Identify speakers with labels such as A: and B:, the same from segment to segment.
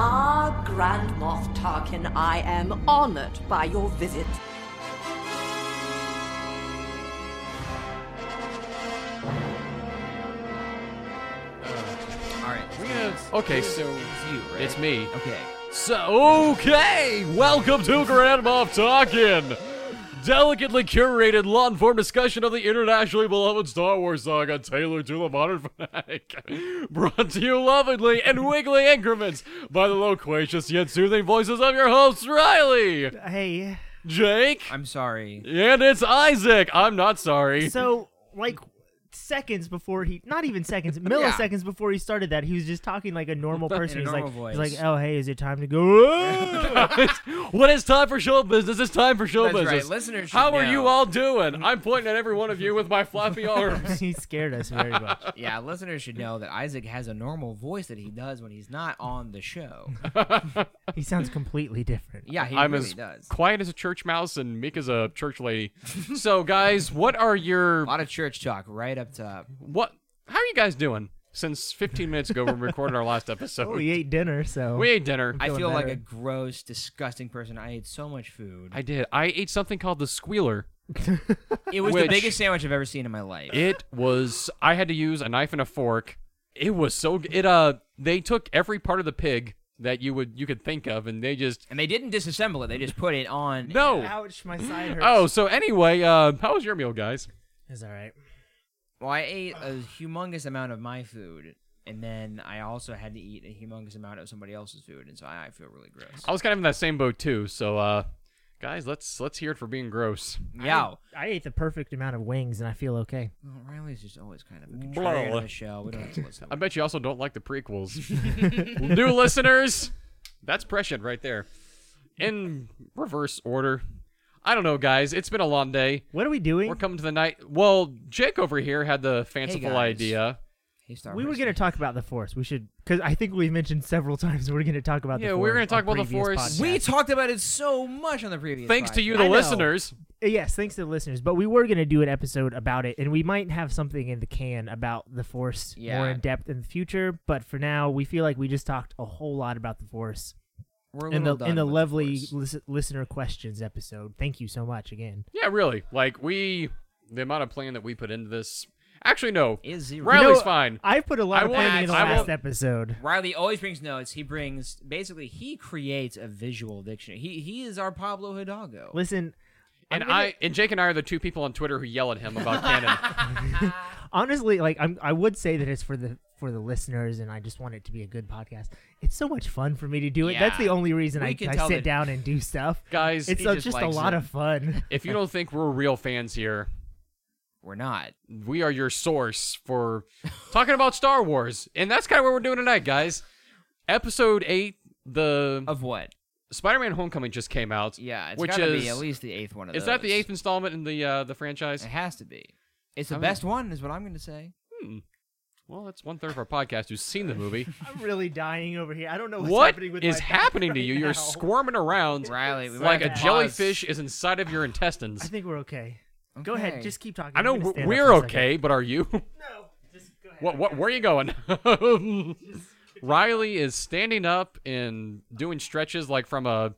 A: Ah, Grand Moff Tarkin, I am honored by your visit.
B: All right.
C: We're gonna- Okay, so
B: It's you, right?
C: it's me.
B: Okay.
C: So okay, welcome to Grand Moff Talking, delicately curated, law-informed discussion of the internationally beloved Star Wars saga, tailored to the modern fanatic, brought to you lovingly in weekly increments by the loquacious yet soothing voices of your hosts, Riley,
D: Hey.
C: Jake,
B: I'm sorry.
C: and it's Isaac. I'm not sorry.
D: So, like seconds before he, not even seconds, milliseconds before he started that, he was just talking like a normal person.
B: a
D: he's
B: normal
D: like,
B: voice.
D: he's like, oh hey, is it time to go?
C: what is time for show business? It's time for show
B: That's
C: business.
B: right. Listeners, should
C: How are
B: know.
C: you all doing? I'm pointing at every one of you with my flappy arms.
D: he scared us very much.
B: Yeah, listeners should know that Isaac has a normal voice that he does when he's not on the show.
D: He sounds completely different.
B: Yeah, he
C: I'm
B: really
C: as
B: does.
C: quiet as a church mouse, and Mika's a church lady. so, guys, what are your
B: A lot of church talk right up top.
C: what? How are you guys doing? Since 15 minutes ago, we recorded our last episode.
D: Well, we Oh, ate dinner, so
C: We ate dinner. I,
B: Oh, I
D: Feeling
B: feel like
D: better.
B: a gross, disgusting person. I ate so much food.
C: did. I ate something called the squealer.
B: it was
C: Which-
B: the biggest sandwich I've ever seen in my life.
C: It was. I had to use a knife and a fork. It was so. g- It uh. They took every part of the pig that you would you could think of, and they just
B: and they didn't disassemble it. They just put it on.
C: no.
D: Ouch, my side hurts.
C: Oh, so anyway, uh, how was your meal, guys?
D: it's all right.
B: Well, I ate a humongous amount of my food, and then I also had to eat a humongous amount of somebody else's food, and so I, I feel really gross.
C: I was kind of in that same boat too. So, uh, guys, let's let's hear it for being gross.
B: Meow.
D: I ate the perfect amount of wings, and I feel okay.
B: Well, Riley's just always kind of a contrarian on the show. We don't have to listen.
C: I bet you also don't like the prequels. New listeners, that's prescient right there. In reverse order. I don't know, guys. It's been a long day.
D: What are we doing?
C: We're coming to the night. Well, Jake over here had the fanciful
B: guys.
C: idea.
B: Hey, Star
D: we were
B: Wars.
D: going to talk about the force. We should, because I think we've mentioned several times we're going to talk about
C: Yeah,
D: the
C: we were
D: going
C: gonna
D: to
C: talk about the Force.
B: We talked about it so much on the previous.
C: Thanks to you,
B: podcast.
C: the
D: I know.
C: listeners.
D: Uh, Yes, thanks to the listeners. But we were going to do an episode about it, and we might have something in the can about the Force more
B: Yeah.
D: in depth in the future. But for now, we feel like we just talked a whole lot about the Force
B: We're a
D: in the
B: little done
D: in the
B: with
D: lovely
B: Force.
D: lis- listener questions episode. Thank you so much again.
C: Yeah, really. Like we, the amount of plan that we put into this. Actually, no.
B: is zero.
C: Riley's
D: You know,
C: fine.
D: I put a lot
C: I
D: of
C: won't-
D: planning in the
C: I
D: last
C: won't-
D: episode.
B: Riley always brings notes. He brings basically he creates a visual dictionary. He he is our Pablo Hidalgo.
D: Listen, I'm
C: and
D: gonna-
C: I and Jake and I are the two people on Twitter who yell at him about canon.
D: honestly, like I'm, I would say that it's for the for the listeners, and I just want it to be a good podcast. It's so much fun for me to do it. That's
B: Yeah.
D: the only reason
B: We
D: I,
B: can
D: I
B: tell
D: sit
B: that-
D: down and do stuff.
C: Guys,
D: It's
C: he
D: so-
B: just
D: just a
B: likes
D: lot
B: it.
D: of fun.
C: if you don't think we're real fans here,
B: We're not.
C: we are your source for talking about Star Wars. And that's kind of what we're doing tonight, guys. Episode 8, the
B: Of what?
C: Spider-Man Homecoming just came out.
B: Yeah, it's
C: which
B: gotta
C: is
B: be at least the Eh. eighth one of those.
C: Is that the 8th installment in the uh, the franchise?
B: It has to be. It's the
C: I mean-
B: best one, is what I'm gonna say.
C: Well, that's one third of our podcast who's seen the movie.
D: I'm really dying over here. I don't know what's
C: what
D: happening with
C: is
D: my back
C: happening to
D: right
C: you?
D: now.
C: You're squirming around
B: Riley, we might
C: like
B: have
C: a
B: to
C: jellyfish is inside of your
D: I
C: intestines.
D: think we're okay. Go
B: Okay.
D: ahead, just keep talking.
C: I know
D: I'm gonna
C: we're,
D: stand up
C: we're
D: for a second.
C: okay, but are you?
D: No, just go ahead.
C: What, what, where are you going? Riley is standing up and doing stretches like from a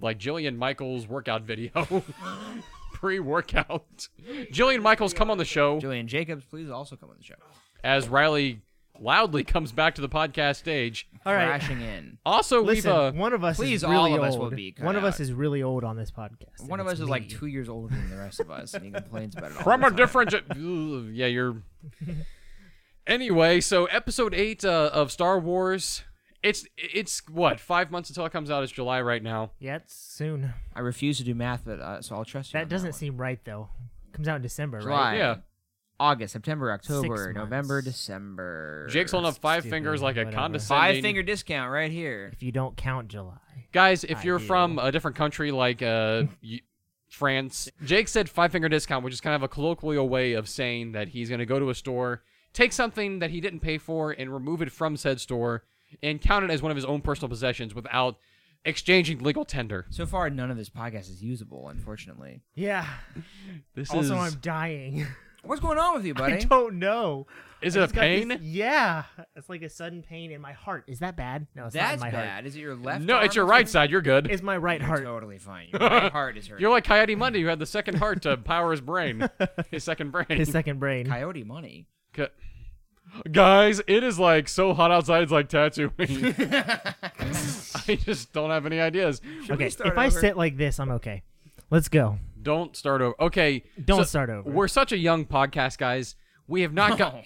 C: like Jillian Michaels workout video. Pre-workout. Jillian Michaels come on the show
B: Julian Jacobs, please also come on the show.
C: as Riley loudly comes back to the podcast stage.
D: All right.
B: Crashing in.
C: Also,
D: Listen,
C: we've uh,
D: one of us
B: please,
D: is really
B: all of us will
D: old.
B: be cut
D: one of us
B: out.
D: is really old on this podcast.
B: One of
D: and
B: us
D: it's
B: is like
D: me.
B: two years older than the rest of us, and he complains about it. All
C: from
B: the
C: a
B: time.
C: different ge- Ugh, yeah, you're Anyway, so episode 8 uh, of Star Wars it's it's what 5 months until it comes out. It's July right now.
D: Yeah, it's soon.
B: I refuse to do math, but uh, so I'll trust you. on
D: That doesn't
B: one.
D: seem right though. Comes out in December,
B: July,
D: right?
C: Yeah.
B: August, September, October,
D: months.
B: November, December.
C: Jake's holding up five
D: Stupid,
C: fingers like a
D: whatever.
C: condescending
B: five finger discount right here.
D: If you don't count July.
C: Guys, if you're
D: do.
C: from a different country like uh, y- France, Jake said five finger discount, which is kind of a colloquial way of saying that he's going to go to a store, take something that he didn't pay for, and remove it from said store and count it as one of his own personal possessions without exchanging legal tender.
B: So far, none of this podcast is usable, unfortunately.
D: Yeah.
C: This
D: also,
C: is
D: I'm dying.
B: What's going on with you,
D: I
B: buddy?
D: don't know.
C: is
D: I
C: it a
D: just got this-
C: pain?
D: yeah. It's like a sudden pain in my heart. Is that bad? No, it's
B: That's
D: not in my
B: bad.
D: heart.
B: Is it your left?
C: no, it's
B: arm
C: your
B: that's
C: right
B: hurting?
C: side. You're good.
D: It's my right
B: You're
D: heart.
B: Totally fine. Your right heart is hurting.
C: You're like Coyote Monday, who had the second heart to power his brain, his second brain.
D: His second brain.
B: Coyote money.
C: Ca- Guys, it is like so hot outside. It's like tattooing. I just don't have any ideas.
D: okay, if
B: start
D: I
B: over?
D: sit like this, I'm okay. Let's go.
C: Don't start over. Okay,
D: Don't start over.
C: We're such a young podcast, guys. We have not got.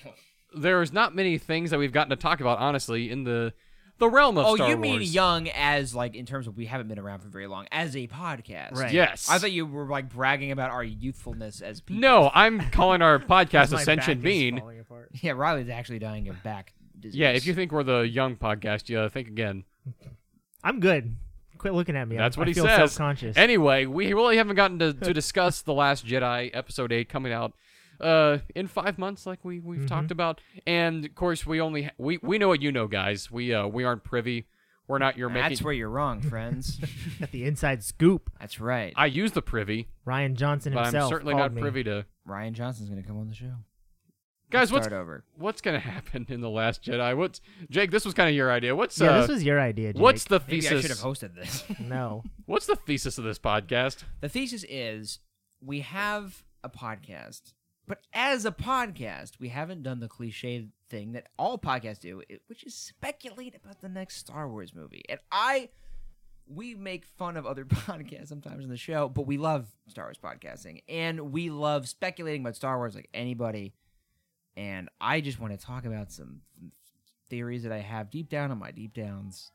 C: There's not many things that we've gotten to talk about, honestly, in the the realm of
B: Oh,
C: Star
B: you mean
C: Wars.
B: young as like in terms of we haven't been around for very long as a podcast.
D: Right.
C: Yes.
B: I thought you were like bragging about our youthfulness as people.
C: no, I'm calling our podcast
D: My
C: Ascension
D: back is
C: Bean.
D: falling apart.
B: Yeah, Riley's actually dying of back disease.
C: Yeah, if you think we're the young podcast, yeah, think again.
D: I'm good. Quit looking at me.
C: That's
D: I,
C: what
D: I
C: he
D: feel
C: says.
D: Self-conscious.
C: Anyway, we really haven't gotten to, to discuss the Last Jedi episode eight coming out uh in five months, like we
D: Mm-hmm.
C: we've talked about. And of course, we only ha- we we know what you know, guys. We uh we aren't privy. We're not your making.
B: that's where you're wrong, friends.
D: Got the inside scoop.
B: that's right.
C: I use the privy,
D: Ryan Johnson
C: but
D: himself.
C: I'm certainly
D: called
C: not
D: me.
C: privy to.
B: Ryan Johnson's gonna come on the show.
C: Guys,
B: Let's
C: what's
B: start over?
C: what's gonna happen in the Last Jedi? What's Jake? This was kind of your idea. What's
D: yeah,
C: uh,
D: this was your idea. Jake.
C: what's the
B: Maybe I should have
C: thesis?
B: hosted this.
D: no?
C: What's the thesis of this podcast?
B: the thesis is we have a podcast, but as a podcast, we haven't done the cliche thing that all podcasts do, i- which is speculate about the next Star Wars movie. And I, we make fun of other podcasts sometimes in the show, but we love Star Wars podcasting and we love speculating about Star Wars like anybody. And I just want to talk about some theories that I have deep down in my deep downs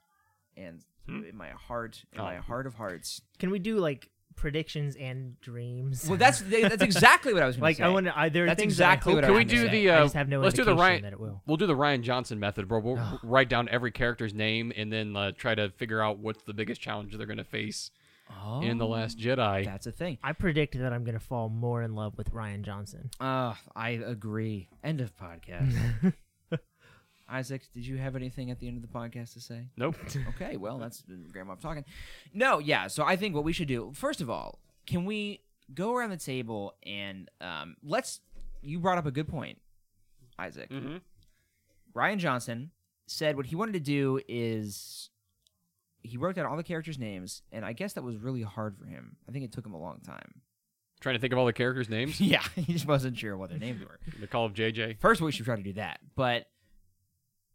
B: and in my heart, in my
C: Oh.
B: heart of hearts.
D: Can we do like predictions and dreams?
B: Well, that's that's exactly what I was going
D: like
B: to say.
D: I want to. I, there are
B: That's
D: things
B: exactly
D: that
B: what
D: I
B: I
C: Can
D: hope
C: we
B: was
C: do
B: gonna say.
C: the? Uh,
D: I just have no
C: let's do the
D: indication
C: Ryan.
D: that it will.
C: We'll do the Ryan Johnson method, bro. We'll write down every character's name and then uh, try to figure out what's the biggest challenge they're going to face
B: oh,
C: in the Last Jedi.
B: That's a thing.
D: I predict that I'm gonna fall more in love with Ryan Johnson.
B: Uh, I agree. End of podcast. Isaac, did you have anything at the end of the podcast to say?
C: Nope.
B: Okay, well, that's Grandma talking. No, yeah. So I think what we should do, first of all, can we go around the table and um, let's? You brought up a good point, Isaac.
C: Mhm.
B: Ryan Johnson said what he wanted to do is he wrote down all the characters' names, and I guess that was really hard for him. I think it took him a long time.
C: Trying to think of all the characters' names.
B: yeah, he just wasn't sure what their names were.
C: the Call of JJ.
B: First, we should try to do that. But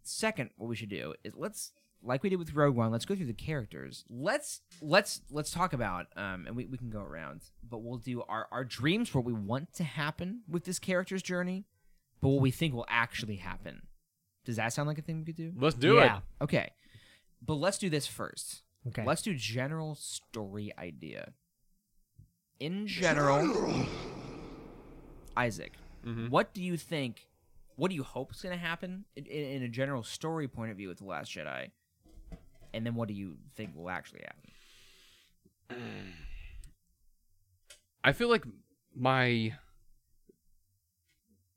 B: second, what we should do is let's, like we did with Rogue One, let's go through the characters. Let's let's let's talk about, um, and we, we can go around, but we'll do our our dreams for what we want to happen with this character's journey, but what we think will actually happen. Does that sound like a thing we could do?
C: Let's do
D: yeah.
C: it.
B: Okay, but let's do this first.
D: Okay.
B: Let's do general story idea. In general, Isaac,
C: Mhm.
B: what do you think? What do you hope is going to happen in, in, in a general story point of view with the Last Jedi? And then what do you think will actually happen?
C: I feel like my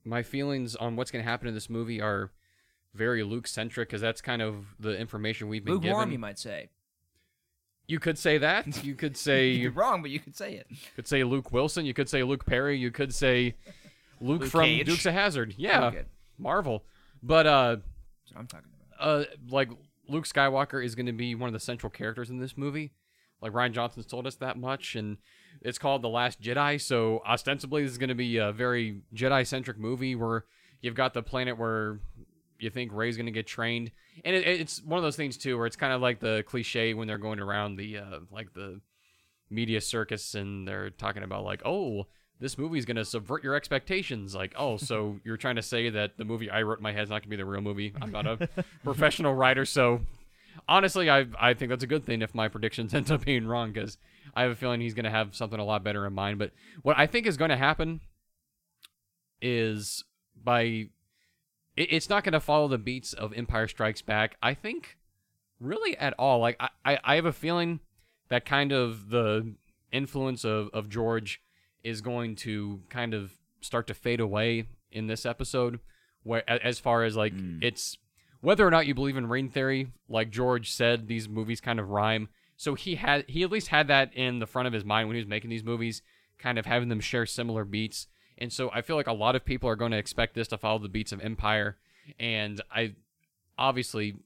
C: my feelings on what's going to happen in this movie are very Luke centric because that's kind of the information we've been
B: Lukewarm,
C: given.
B: you might say.
C: you could say that. You could say
B: You're wrong, but you could say it.
C: could say Luke Wilson. You could say Luke Perry. You could say Luke,
B: Luke
C: from
B: Cage.
C: Dukes of Hazard. Yeah,
B: Okay.
C: Marvel. But uh,
B: That's what I'm talking about.
C: uh, like Luke Skywalker is going to be one of the central characters in this movie. Like Ryan Johnson's told us that much, and it's called The Last Jedi. So ostensibly, this is going to be a very Jedi-centric movie where you've got the planet where you think Ray's going to get trained, and it, it's one of those things too where it's kind of like the cliche when they're going around the uh, like the media circus and they're talking about like oh this movie's going to subvert your expectations like oh so you're trying to say that the movie i wrote in my head is not going to be the real movie i'm not a professional writer so honestly I, I think that's a good thing if my predictions end up being wrong because i have a feeling he's going to have something a lot better in mind but what i think is going to happen is by it, it's not going to follow the beats of empire strikes back i think really at all like i, I, I have a feeling that kind of the influence of, of George is going to kind of start to fade away in this episode where a- as far as like it's whether or not you believe in rain theory like George said these movies kind of rhyme so he had he at least had that in the front of his mind when he was making these movies kind of having them share similar beats and so I feel like a lot of people are going to expect this to follow the beats of Empire and I obviously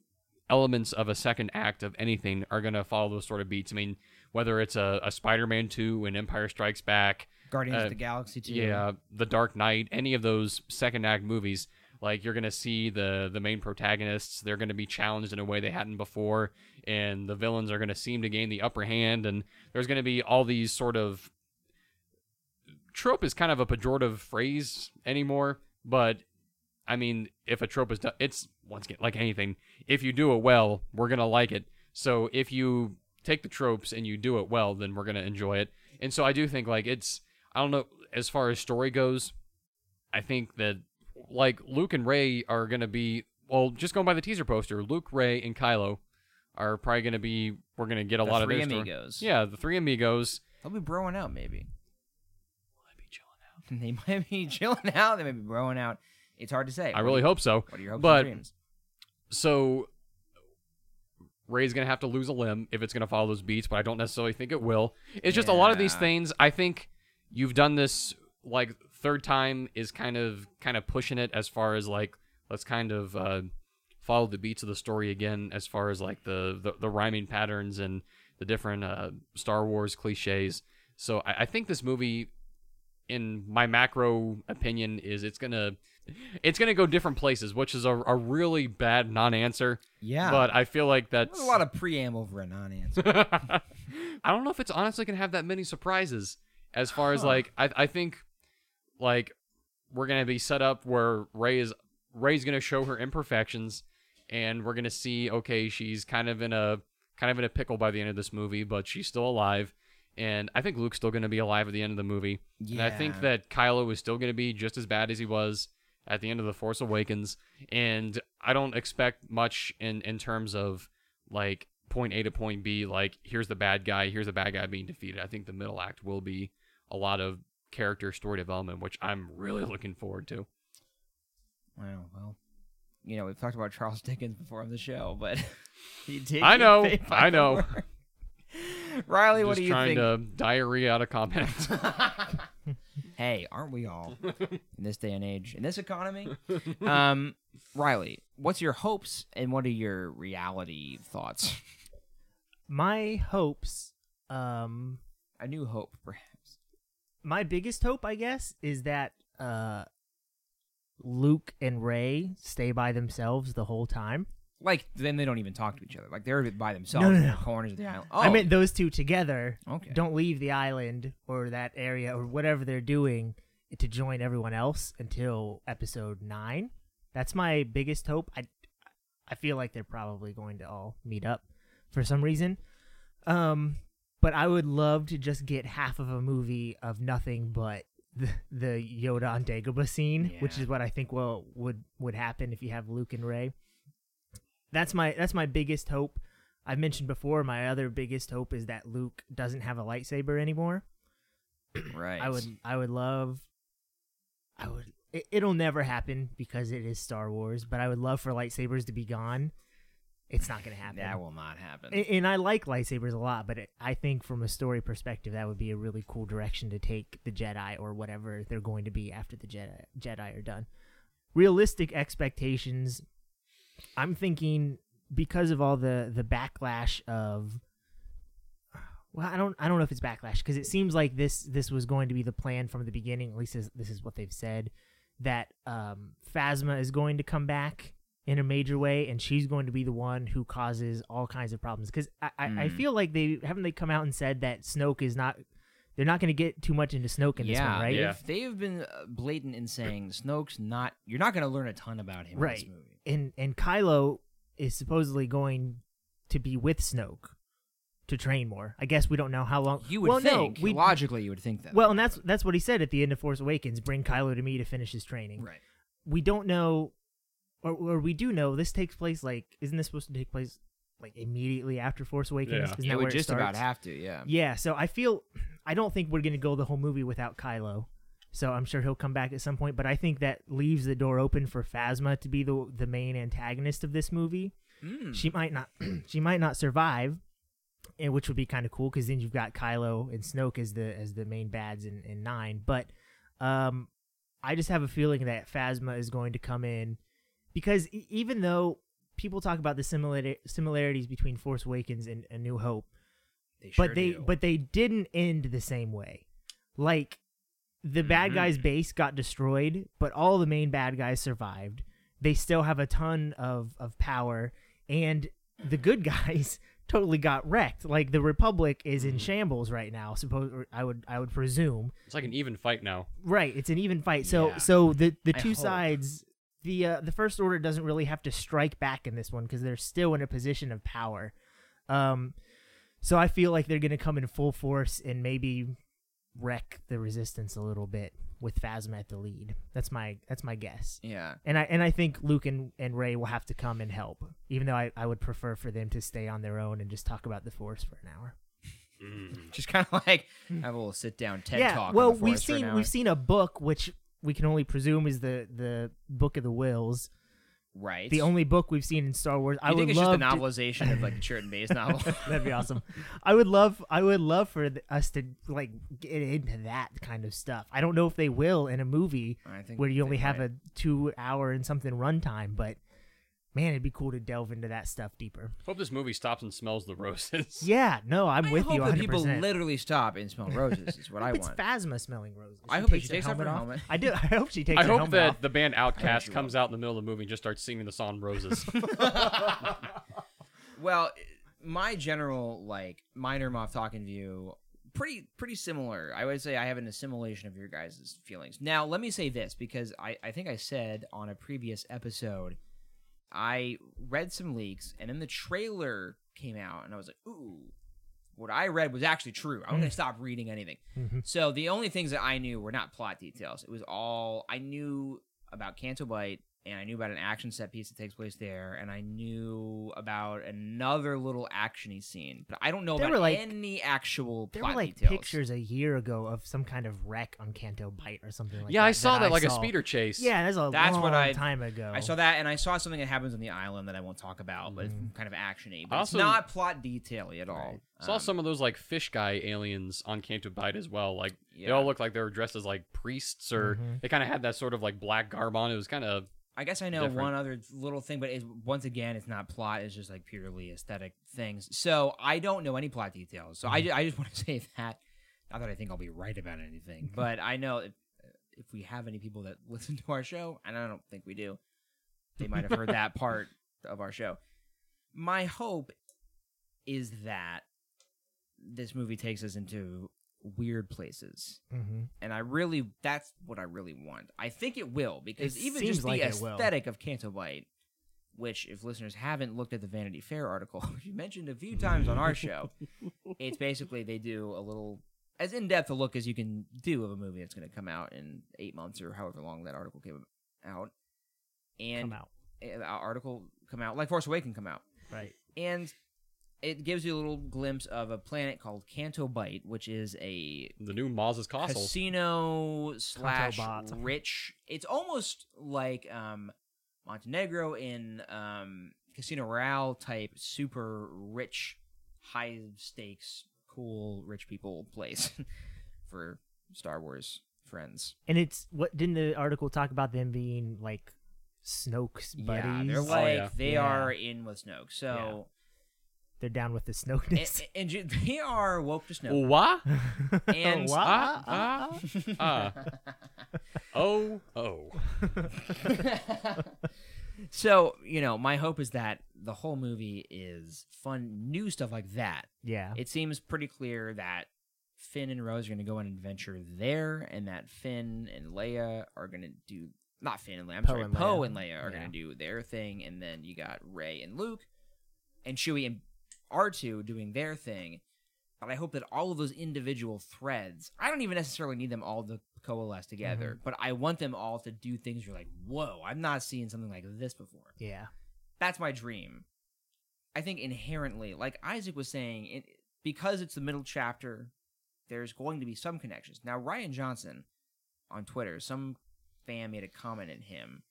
C: elements of a second act of anything are going to follow those sort of beats. I mean, whether it's a, a Spider-Man 2 and Empire Strikes Back,
B: Guardians
C: Uh,
B: of the Galaxy 2.
C: yeah, The Dark Knight, any of those second act movies, like you're going to see the the main protagonists, they're going to be challenged in a way they hadn't before and the villains are going to seem to gain the upper hand and there's going to be all these sort of trope is kind of a pejorative phrase anymore, but I mean, if a trope is done, it's once again like anything. If you do it well, we're gonna like it. So if you take the tropes and you do it well, then we're gonna enjoy it. And so I do think like it's I don't know as far as story goes. I think that like Luke and Ray are gonna be well, just going by the teaser poster, Luke, Ray, and Kylo are probably gonna be we're gonna get a
B: The
C: lot of
B: three
C: their story.
B: amigos.
C: Yeah, the three amigos.
B: They'll be broing out, maybe. They might be chilling out. They might be broing out. It's hard to say.
C: I really hope so.
B: What are your hopes
C: but
B: and dreams?
C: so Ray's gonna have to lose a limb if it's gonna follow those beats, but I don't necessarily think it will. It's just a lot of these
B: Yeah.
C: things. I think you've done this like third time is kind of kind of pushing it as far as like let's kind of uh, follow the beats of the story again as far as like the the, the rhyming patterns and the different uh, Star Wars cliches. So I, I think this movie in my macro opinion is it's gonna it's gonna go different places which is a, a really bad non-answer
B: Yeah.
C: but i feel like that's
B: There's a lot of preamble for a non-answer.
C: i don't know if it's honestly gonna have that many surprises as far as
B: Huh.
C: like I, I think like we're gonna be set up where ray is ray's gonna show her imperfections and we're gonna see okay she's kind of in a kind of in a pickle by the end of this movie but she's still alive and i think luke's still gonna be alive at the end of the movie and I think
B: Yeah.
C: that Kylo is still going to be just as bad as he was at the end of The Force Awakens. And I don't expect much in, in terms of like point A to point B, like here's the bad guy, here's the bad guy being defeated. I think the middle act will be a lot of character story development, which I'm really looking forward to.
B: Wow. Well, you know, we've talked about Charles Dickens before on the show, but he did.
C: I
B: get
C: know,
B: paid by
C: I
B: the
C: know.
B: word. Riley, what
C: just
B: do you
C: trying
B: think?
C: to diarrhea out of comments.
B: Hey, aren't we all in this day and age, in this economy? Um, Riley, what's your hopes and what are your reality thoughts?
D: My hopes, um,
B: A new hope, perhaps.
D: my biggest hope, I guess, is that uh, Luke and Ray stay by themselves the whole time.
B: Like then they don't even talk to each other. Like they're by themselves
D: No, no,
B: in the
D: no.
B: corners of the island.
D: I
B: Oh,
D: meant those two together.
B: Okay.
D: Don't leave the island or that area or whatever they're doing to join everyone else until episode nine. That's my biggest hope. I, I feel like they're probably going to all meet up for some reason. Um, but I would love to just get half of a movie of nothing but the, the Yoda on Dagobah scene, which
B: Yeah.
D: is what I think will would would happen if you have Luke and Ray. That's my that's my biggest hope. I've mentioned before my other biggest hope is that Luke doesn't have a lightsaber anymore.
B: Oh, right.
D: I would I would love I would it, it'll never happen because it is Star Wars, but I would love for lightsabers to be gone. It's not going to happen.
B: That will not happen.
D: A- and I like lightsabers a lot, but it, I think from a story perspective, that would be a really cool direction to take the Jedi or whatever they're going to be after the Jedi Jedi are done. Realistic expectations. I'm thinking because of all the the backlash of. Well, I don't I don't know if it's backlash because it seems like this this was going to be the plan from the beginning. At least this, this is what they've said that um, Phasma is going to come back in a major way, and she's going to be the one who causes all kinds of problems. Because I, I, I
B: Mm.
D: feel like they haven't they come out and said that Snoke is not. They're not going to get too much into Snoke in this
B: yeah,
D: one, right?
C: Yeah.
B: They've, they've been uh, blatant in saying Snoke's not. You're not going to learn a ton about him in
D: Right.
B: this movie.
D: And and Kylo is supposedly going to be with Snoke to train more. I guess we don't know how long.
B: You would
D: well,
B: think
D: no, we,
B: logically you would think that.
D: well, and that's that's what he said at the end of Force Awakens. Bring Kylo to me to finish his training.
B: right.
D: we don't know, or, or we do know this takes place like isn't this supposed to take place like immediately after Force Awakens?
C: Yeah.
D: Isn't
B: You
D: that where
B: would just about
D: starts?
B: have to. Yeah.
D: Yeah, so I feel I don't think we're gonna go the whole movie without Kylo. So I'm sure he'll come back at some point, but I think that leaves the door open for Phasma to be the the main antagonist of this movie.
B: Mm.
D: She might not she might not survive, and which would be kind of cool because then you've got Kylo and Snoke as the as the main bads in, in nine. But um, I just have a feeling that Phasma is going to come in because e- even though people talk about the similar similarities between Force Awakens and A New Hope,
B: They
D: but they but they didn't end the same way. Like the bad guys' base got destroyed, but all the main bad guys survived. They still have a ton of of power, and the good guys totally got wrecked. Like the Republic is in shambles right now. Suppose or I would I would presume
E: It's like an even fight now.
D: right. It's an even fight. So
B: Yeah.
D: so the the
B: I
D: two
B: hope.
D: sides. The, uh, the first order doesn't really have to strike back in this one because they're still in a position of power. Um, so I feel like they're going to come in full force and maybe wreck the resistance a little bit with Phasma at the lead. That's my that's my guess.
B: yeah.
D: And I and I think Luke and, and Ray will have to come and help, even though I, I would prefer for them to stay on their own and just talk about the Force for an hour.
B: Just kind of like have a little sit down TED
D: Hmm. yeah,
B: talk. on
D: well,
B: the
D: we've
B: forest for an
D: seen
B: hour.
D: we've seen a book which we can only presume is the the book of the wills,
B: right.
D: the only book we've seen in Star Wars.
B: You
D: I
B: think
D: would
B: it's just
D: love
B: the
D: to-
B: novelization of like a Sheridan Bay's novel?
D: That'd be awesome. I would love, I would love for th- us to like get into that kind of stuff. I don't know if they will in a movie
B: I think
D: where you
B: they
D: only have
B: might.
D: a two hour and something runtime, but man, it'd be cool to delve into that stuff deeper.
E: Hope this movie stops and smells the roses.
D: Yeah, no, I'm
B: I
D: with
B: hope
D: you
B: that
D: 100.
B: people
D: percent
B: literally stop and smell roses. Is what I
D: it's
B: want.
D: Phasma smelling roses.
B: I hope that she takes off
D: helmet
B: her
D: off.
B: helmet.
D: I do. I hope she takes
E: I
D: her
E: hope
D: helmet
E: that
D: off.
E: the band
B: she
E: Outcast
B: will.
E: comes out in the middle of the movie and just starts singing the song Roses.
B: Oh Well, my general like minor Moff Talking view pretty pretty similar. I would say I have an assimilation of your guys' feelings. Now, let me say this because I I think I said on a previous episode I read some leaks and then the trailer came out and I was like, "Ooh, what I read was actually true. I'm going to stop reading anything."
D: Mhm.
B: So, the only things that I knew were not plot details. It was all I knew about Canto Bite and I knew about an action set piece that takes place there, and I knew about another little actiony scene, but I don't know
D: There
B: about
D: were, like-
B: any actual
D: There
B: plot
D: were like
B: details.
D: pictures a year ago of some kind of wreck on Canto Bite or something like that.
E: yeah, I saw that, like a
D: saw.
E: speeder chase.
D: Yeah, that's a
B: That's
D: long
B: what I-
D: time ago.
B: I saw that, and I saw something that happens on the island that I won't talk about, but it's kind of actiony. But
E: Mm. Also-
B: it's not plot detail at all.
E: Saw
B: Um,
E: some of those like fish guy aliens on Canto Bite as well. Like they
B: Yeah.
E: all looked like they were dressed as like priests or they kind of had that sort of like black garb on. It was kind of
B: I guess I know
E: different.
B: one other little thing, but it's, once again, it's not plot. It's just like purely aesthetic things. So I don't know any plot details. So I, ju- I just want to say that. Not that I think I'll be right about anything, but I know if, if we have any people that listen to our show, and I don't think we do, they might have heard that part of our show. My hope is that this movie takes us into weird places
D: hmm
B: and I really that's what I really want. I think it will because
D: It
B: even
D: seems
B: just
D: like
B: the
D: it will.
B: aesthetic of Canto Bite, which if listeners haven't looked at the Vanity Fair article, which you mentioned a few times on our show, it's basically they do a little as in depth a look as you can do of a movie that's going to come out in eight months or however long that article came out, and
D: Come out.
B: uh, article come out like Force Awakens come out
D: Right.
B: and. It gives you a little glimpse of a planet called Canto Bite, which is a
E: the new Maz's castle.
B: casino slash
D: Contobot.
B: rich. It's almost like um, Montenegro in um, Casino Royale type super rich, high stakes, cool rich people place for Star Wars friends.
D: And it's what didn't the article talk about them being like Snoke's buddies?
B: Yeah, they're
E: Oh,
B: like
E: yeah.
B: they
D: Yeah.
B: are in with Snoke. So
D: They're down with the
B: and,
D: Snokeness.
B: and ju- they are woke to Snoke.
E: What?
C: ah,
B: and-
D: Wah,
E: Ah,
D: ah,
E: ah, ah. Oh, oh.
B: so you know, my hope is that the whole movie is fun, new stuff like that.
D: yeah.
B: it seems pretty clear that Finn and Rose are going to go on an adventure there, and that Finn and Leia are going to do not Finn and Leia. I'm
D: Poe
B: sorry,
D: and
B: Poe
D: Leia.
B: and Leia are
D: Yeah.
B: going to do their thing, and then you got Ray and Luke, and Chewie and R two doing their thing. But I hope that all of those individual threads, I don't even necessarily need them all to coalesce together,
D: Mm-hmm.
B: but I want them all to do things you're like, whoa, I'm not seeing something like this before
D: Yeah.
B: that's my dream. I think inherently, like Isaac was saying, it, because it's the middle chapter, there's going to be some connections. Now, Ryan Johnson on Twitter, some fan made a comment at him,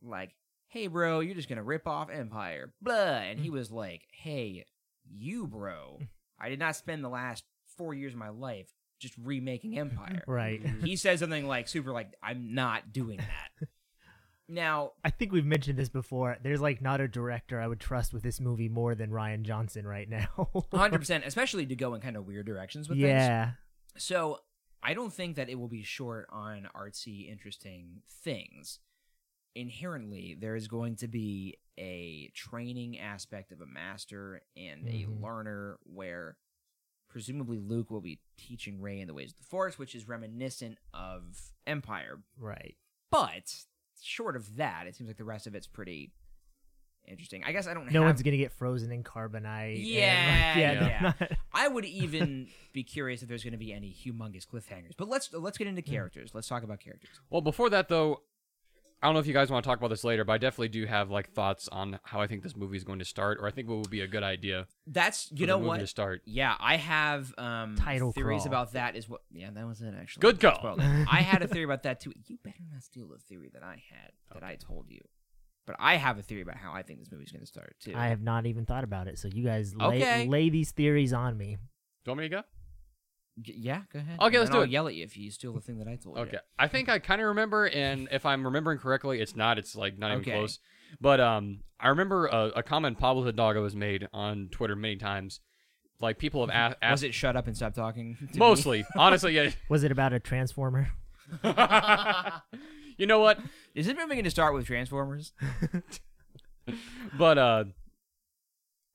B: like, hey, bro, you're just going to rip off Empire. Blah. And he was like, hey, you, bro, I did not spend the last four years of my life just remaking Empire.
D: Right.
B: he says something like, super, like, I'm not doing that. Now,
D: I think we've mentioned this before. There's like not a director I would trust with this movie more than Ryan Johnson right now.
B: 100%, especially to go in kind of weird directions with things.
D: yeah.
B: So I don't think that it will be short on artsy, interesting things. Inherently, there is going to be a training aspect of a master and
D: Mhm.
B: a learner where presumably Luke will be teaching Ray in the ways of the Force, which is reminiscent of Empire.
D: Right.
B: But short of that, it seems like the rest of it's pretty interesting. I guess I don't
D: No
B: have
D: one's gonna get frozen in carbonite. and, like,
B: Yeah,
D: yeah. they're
B: yeah.
D: not-
B: I would even be curious if there's going to be any humongous cliffhangers. But let's let's get into
C: Hmm.
B: characters. Let's talk about characters.
C: Well, before that though, I don't know if you guys want to talk about this later, but I definitely do have like thoughts on how I think this movie is going to start, or I think what would be a good idea.
B: That's
C: for
B: you
C: the
B: know
C: movie
B: what?
C: to start.
B: Yeah, I have um
D: Title
B: theories
D: crawl.
B: about that. Is what? Yeah, that was it actually.
C: Good
B: I
C: call.
B: spoiled it. I had a theory about that too. You better not steal the theory that I had that I told you. But I have a theory about how I think this movie's going to start too.
D: I have not even thought about it. So you guys lay,
B: Okay.
D: lay these theories on me.
C: Do you want me to go?
B: G- yeah, go ahead.
C: Okay,
B: And
C: let's
B: then
C: do
B: I'll
C: it.
B: Yell at you if you steal the thing that I told
C: Okay.
B: you.
C: I think I kind of remember, and if I'm remembering correctly, it's not. It's like not even
B: Okay.
C: close. But um, I remember a, a comment Pablo Hidalgo has made on Twitter many times. Like people have a-
B: Was
C: asked,
B: it shut up and stop talking? to me?
C: mostly, honestly, yeah.
D: Was it about a transformer?
C: you know what?
B: Is it movie going to start with Transformers?
C: But uh,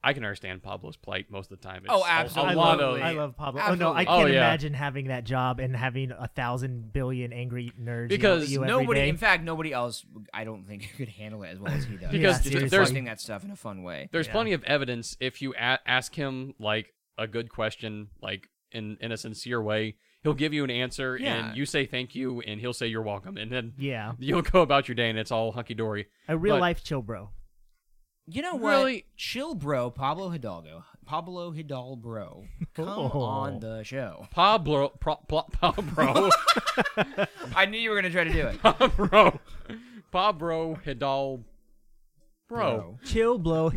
C: I can understand Pablo's plight most of the time. It's
B: Oh,
C: a-
B: absolutely.
C: A, lot
D: love,
C: of
D: I love Pablo. Oh no,
B: Absolutely.
D: I can't
C: Oh, yeah.
D: imagine having that job and having a thousand billion angry nerds. yell at
C: Because
D: you every
B: nobody,
D: day.
B: in fact, nobody else. I don't think could handle it as well as he does.
D: Because
B: He's just
C: there's-
B: explaining that stuff in a fun way.
C: There's plenty of evidence if you a- ask him like a good question, like in in a sincere way, he'll give you an answer,
B: Yeah.
C: and you say thank you, and he'll say you're welcome, and then
D: yeah,
C: you'll go about your day, and it's all hunky dory.
D: a real
C: But-
D: life chill bro.
B: You know what?
C: Really?
B: Chill, bro. Pablo Hidalgo. Pablo Hidalgo. Come
D: Oh.
B: on the show.
C: Pablo, pro, pl- Pablo,
B: I knew you were gonna try to do it.
C: Pablo, Pablo Hidal, bro.
D: Chill blow,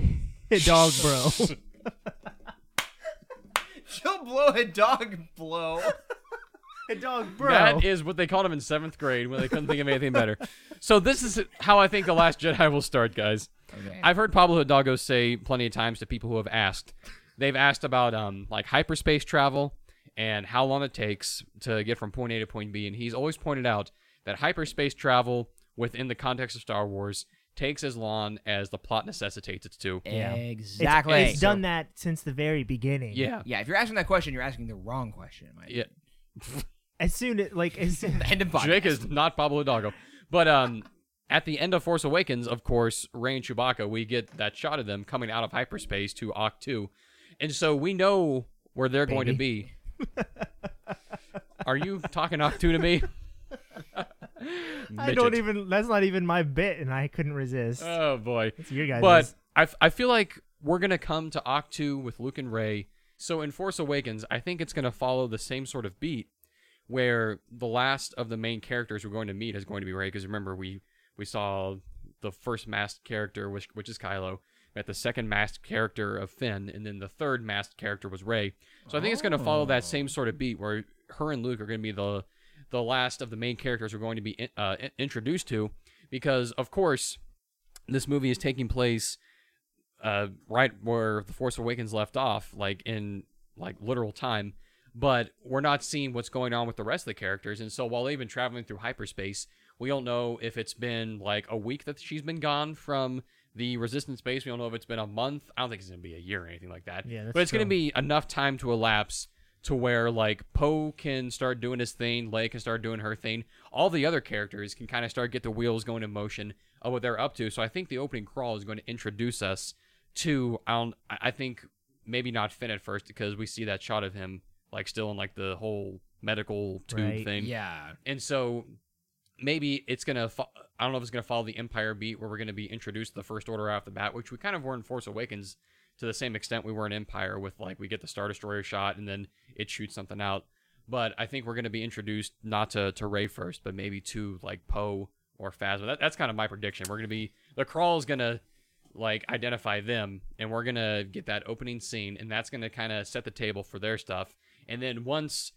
D: dog bro.
B: Chill, blow a dog blow.
D: dog bro.
C: That is what they called him in seventh grade when they couldn't think of anything better. So this is how I think the Last Jedi will start, guys.
B: Okay.
C: I've heard Pablo Hidalgo say plenty of times to people who have asked. They've asked about um, like hyperspace travel and how long it takes to get from point A to point B, and he's always pointed out that hyperspace travel within the context of Star Wars takes as long as the plot necessitates it to.
D: Yeah. It's-
B: Exactly.
D: It's, done that since the very beginning.
C: Yeah.
B: Yeah. If you're asking that question, you're asking the wrong question. in My
C: Yeah.
D: As soon as like as soon,
B: End of podcast.
C: Jake is not Pablo Hidalgo. But um, at the end of Force Awakens, of course, Ray and Chewbacca, we get that shot of them coming out of hyperspace toAch 2. And so we know where they're going to be. Are you talkingAch 2 to me?
D: I don't
C: Midget.
D: even. That's not even my bit, and I couldn't resist.
C: Oh, boy.
D: it's your guys.
C: But I, f- I feel like we're going to come toAch 2 with Luke and Ray. So in Force Awakens, I think it's going to follow the same sort of beat where the last of the main characters we're going to meet is going to be Ray. Because remember, we, we saw the first masked character, which, which is Kylo. We met the second masked character of Finn, and then the third masked character was Ray. So I think it's going to follow that same sort of beat where her and Luke are going to be the the last of the main characters we're going to be in, uh, in- introduced to, because of course this movie is taking place uh, right where the Force Awakens left off, like in like literal time. But we're not seeing what's going on with the rest of the characters, and so while they've been traveling through hyperspace, we don't know if it's been like a week that she's been gone from the Resistance base. We don't know if it's been a month. I don't think it's gonna be a year or anything like that.
D: Yeah, that's
C: but it's gonna
D: true.
C: be enough time to elapse to where like Poe can start doing his thing, Leia can start doing her thing. All the other characters can kind of start get the wheels going in motion of what they're up to. So I think the opening crawl is going to introduce us to I don't I I think maybe not Finn at first because we see that shot of him like still in like the whole medical tube
D: Right.
C: thing.
B: Yeah.
C: And so maybe it's going to, fo- I don't know if it's going to follow the Empire beat where we're going to be introduced to the First Order off the bat, which we kind of were in Force Awakens to the same extent we were in Empire with like we get the Star Destroyer shot and then it shoots something out. But I think we're going to be introduced not to, to Ray first, but maybe to like Poe or Phasma. That, that's kind of my prediction. We're going to be, the crawl is going to like identify them and we're going to get that opening scene and that's going to kind of set the table for their stuff. And then once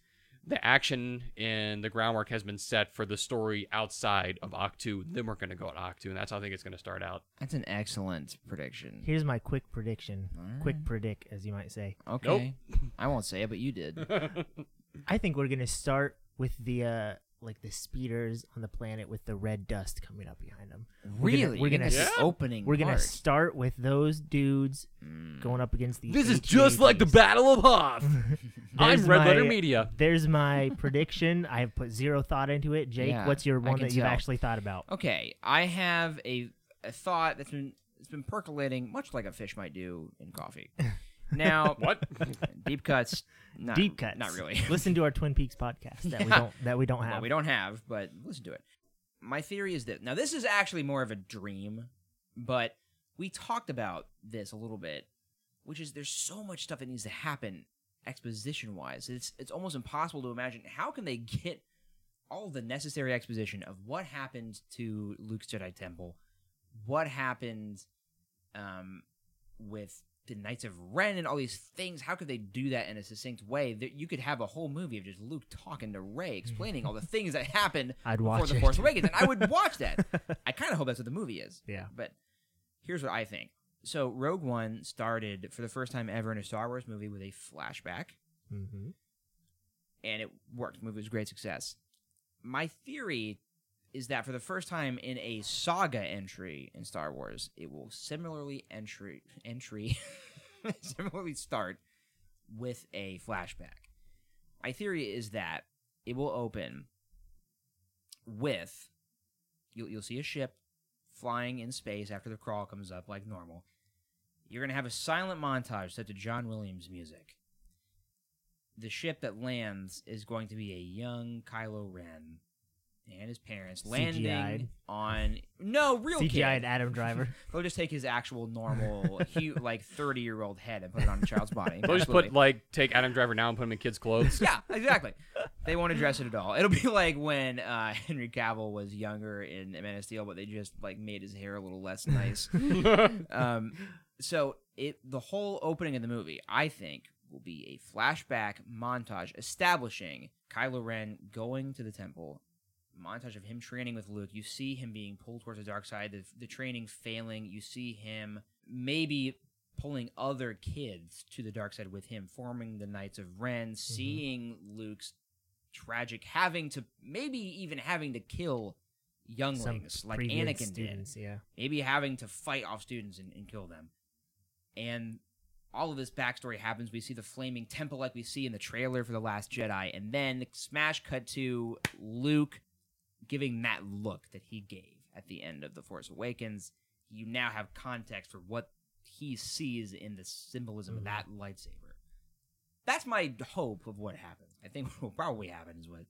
C: the action and the groundwork has been set for the story outside of Octu. Then we're going to go at Octu, and that's how I think it's going to start out.
B: That's an excellent prediction.
D: Here's my quick prediction. Quick predict, as you might say.
B: Okay. I won't say it, but you did.
D: I think we're gonna start with the uh like the speeders on the planet with the red dust coming up behind them. We're gonna-
B: really?
D: we're
B: In Mm.
D: gonna
B: this
D: s-
B: opening.
D: We're gonna
B: part.
D: start with those dudes going up against these.
C: This is just like the
D: HVACs.
C: Battle of Hoth.
D: There's
C: I'm Red Letter
D: my-
C: Media.
D: There's my prediction. I have put zero thought into it. Jake,
B: Yeah,
D: what's your
B: I
D: one
B: can
D: that you've
B: tell.
D: actually thought about?
B: Okay, I have a, a thought that's been it's been percolating, much like a fish might do in coffee. Now,
C: What?
B: deep cuts? Not,
D: Deep cuts.
B: Not really.
D: Listen to our Twin Peaks podcast that we
B: Yeah.
D: don't that we don't
B: Well,
D: have.
B: we don't have, but listen to it. My theory is that now this is actually more of a dream, but we talked about this a little bit, which is there's so much stuff that needs to happen exposition wise. It's it's almost impossible to imagine how can they get all the necessary exposition of what happened to Luke's Jedi Temple, what happened um, with the Knights of Ren and all these things. How could they do that in a succinct way? That you could have a whole movie of just Luke talking to Ray, explaining all the things that happened
D: I'd
B: before
D: watch
B: the
D: it.
B: Force Awakens, and I would watch that. I kind of hope that's what the movie is.
D: Yeah.
B: But here's what I think. So Rogue One started for the first time ever in a Star Wars movie with a flashback
D: hmm
B: and it worked. The movie was a great success. My theory is that for the first time in a saga entry in Star Wars, it will similarly entry entry similarly start with a flashback. My theory is that it will open with you'll you'll see a ship flying in space after the crawl comes up like normal. You're gonna have a silent montage set to John Williams music the ship that lands is going to be a young Kylo Ren and his parents landing
D: CGI'd.
B: on no real
D: CGI
B: kid.
D: and Adam Driver.
B: They'll just take his actual normal, he, like thirty year old head and put it on a child's body.
C: They'll just
B: Absolutely.
C: put like take Adam Driver now and put him in kids' clothes.
B: yeah, exactly. They won't address it at all. It'll be like when uh, Henry Cavill was younger in Man of Steel, but they just like made his hair a little less nice. um, so it the whole opening of the movie, I think, will be a flashback montage establishing Kylo Ren going to the temple. Montage of him training with Luke. You see him being pulled towards the dark side. The, the training failing. You see him maybe pulling other kids to the dark side with him, forming the Knights of Ren. Seeing Luke's tragic having to maybe even having to kill younglings like
D: previous
B: Anakin did
D: students, Yeah.
B: maybe having to fight off students and, and kill them. And all of this backstory happens. We see the flaming temple like we see in the trailer for The Last Jedi, and then smash cut to Luke giving that look that he gave at the end of The Force Awakens. You now have context for what he sees in the symbolism of that lightsaber. That's my hope of what happens. I think what will probably happen is what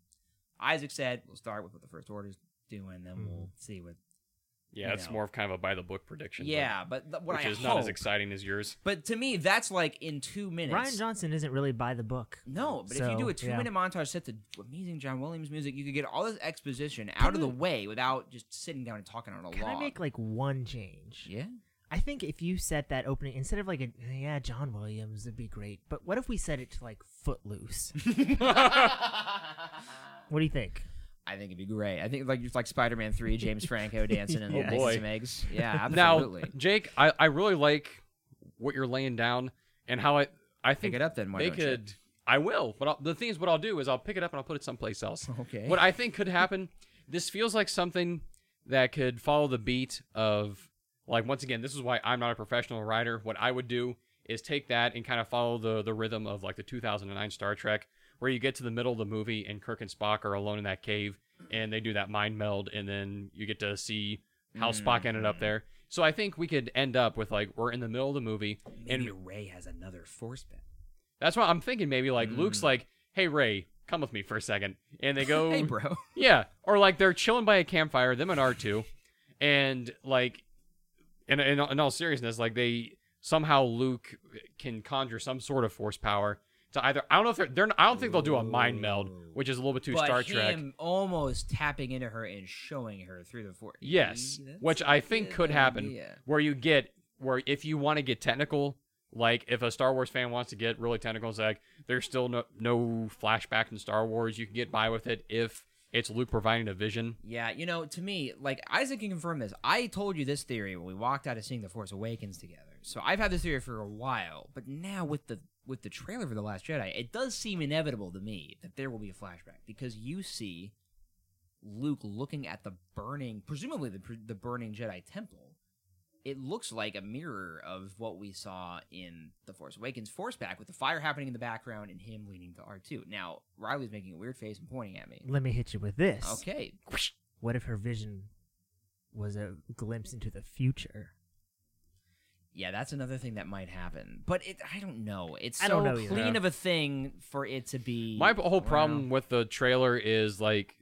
B: Isaac said. We'll start with what the First Order's doing, then we'll see what
C: yeah, it's
B: No.
C: more of kind of a by the book prediction. but-
B: yeah, but th- what
C: which
B: I
C: is
B: hope,
C: not as exciting as yours.
B: but to me, that's like in two minutes.
D: Ryan Johnson isn't really by the book.
B: no, but if
D: So,
B: you do a
D: yeah.
B: two-minute montage set to amazing John Williams music, you could get all this exposition out of the way without just sitting down and talking on a
D: Can
B: log.
D: I make like one change?
B: yeah,
D: I think if you set that opening instead of like a yeah John Williams would be great, but what if we set it to like Footloose? what do you think?
B: I think it'd be great. I think like just like Spider-Man Three, James Franco dancing and
C: Oh,
B: making
C: boy.
B: some eggs. Yeah,
C: Now,
B: absolutely.
C: Jake, I, I really like what you're laying down and how I I think
B: Pick it up then, why
C: they
B: don't you?
C: could. I will, but I'll, the thing is, what I'll do is I'll pick it up and I'll put it someplace else.
B: Okay.
C: What I think could happen. This feels like something that could follow the beat of like once again. This is why I'm not a professional writer. What I would do is take that and kind of follow the the rhythm of like the 2009 Star Trek, where you get to the middle of the movie and Kirk and Spock are alone in that cave and they do that mind meld, and then you get to see how
B: Hmm.
C: Spock ended up there. So I think we could end up with like we're in the middle of the movie and
B: Maybe Ray has another force bet.
C: that's why I'm thinking maybe like Luke's like, "Hey Ray, come with me for a second. and they go,
B: Hmm. Hey, bro.
C: "Yeah," or like they're chilling by a campfire, them and R two, and like, in, in in all seriousness, like they somehow Luke can conjure some sort of force power to either I don't know if they're, they're not- I don't think they'll do a mind meld, which is a little bit too
B: but
C: Star Trek.
B: him almost tapping into her and showing her through the force.
C: Yes, which I think could happen,
B: Yeah.
C: where you get where if you want to get technical, Like, if a Star Wars fan wants to get really technical, it's like there's still no, no flashback in Star Wars. You can get by with it if it's Luke providing a vision.
B: Yeah, you know, to me, like Isaac can confirm this. I told you this theory when we walked out of seeing The Force Awakens together. So I've had this theory for a while, but now with the with the trailer for The Last Jedi, it does seem inevitable to me that there will be a flashback because you see Luke looking at the burning, presumably the the burning Jedi temple. It looks like a mirror of what we saw in The Force Awakens Force Back with the fire happening in the background and him leaning to R2. Now, Riley's making a weird face and pointing at me.
D: Let me hit you with this.
B: Okay.
D: What if her vision was a glimpse into the future?
B: Yeah, that's another thing that might happen. But it, I don't know. It's so
D: I don't know either.
B: clean
C: Yeah.
B: of a thing for it to be.
C: My whole problem
B: Wow.
C: with the trailer is like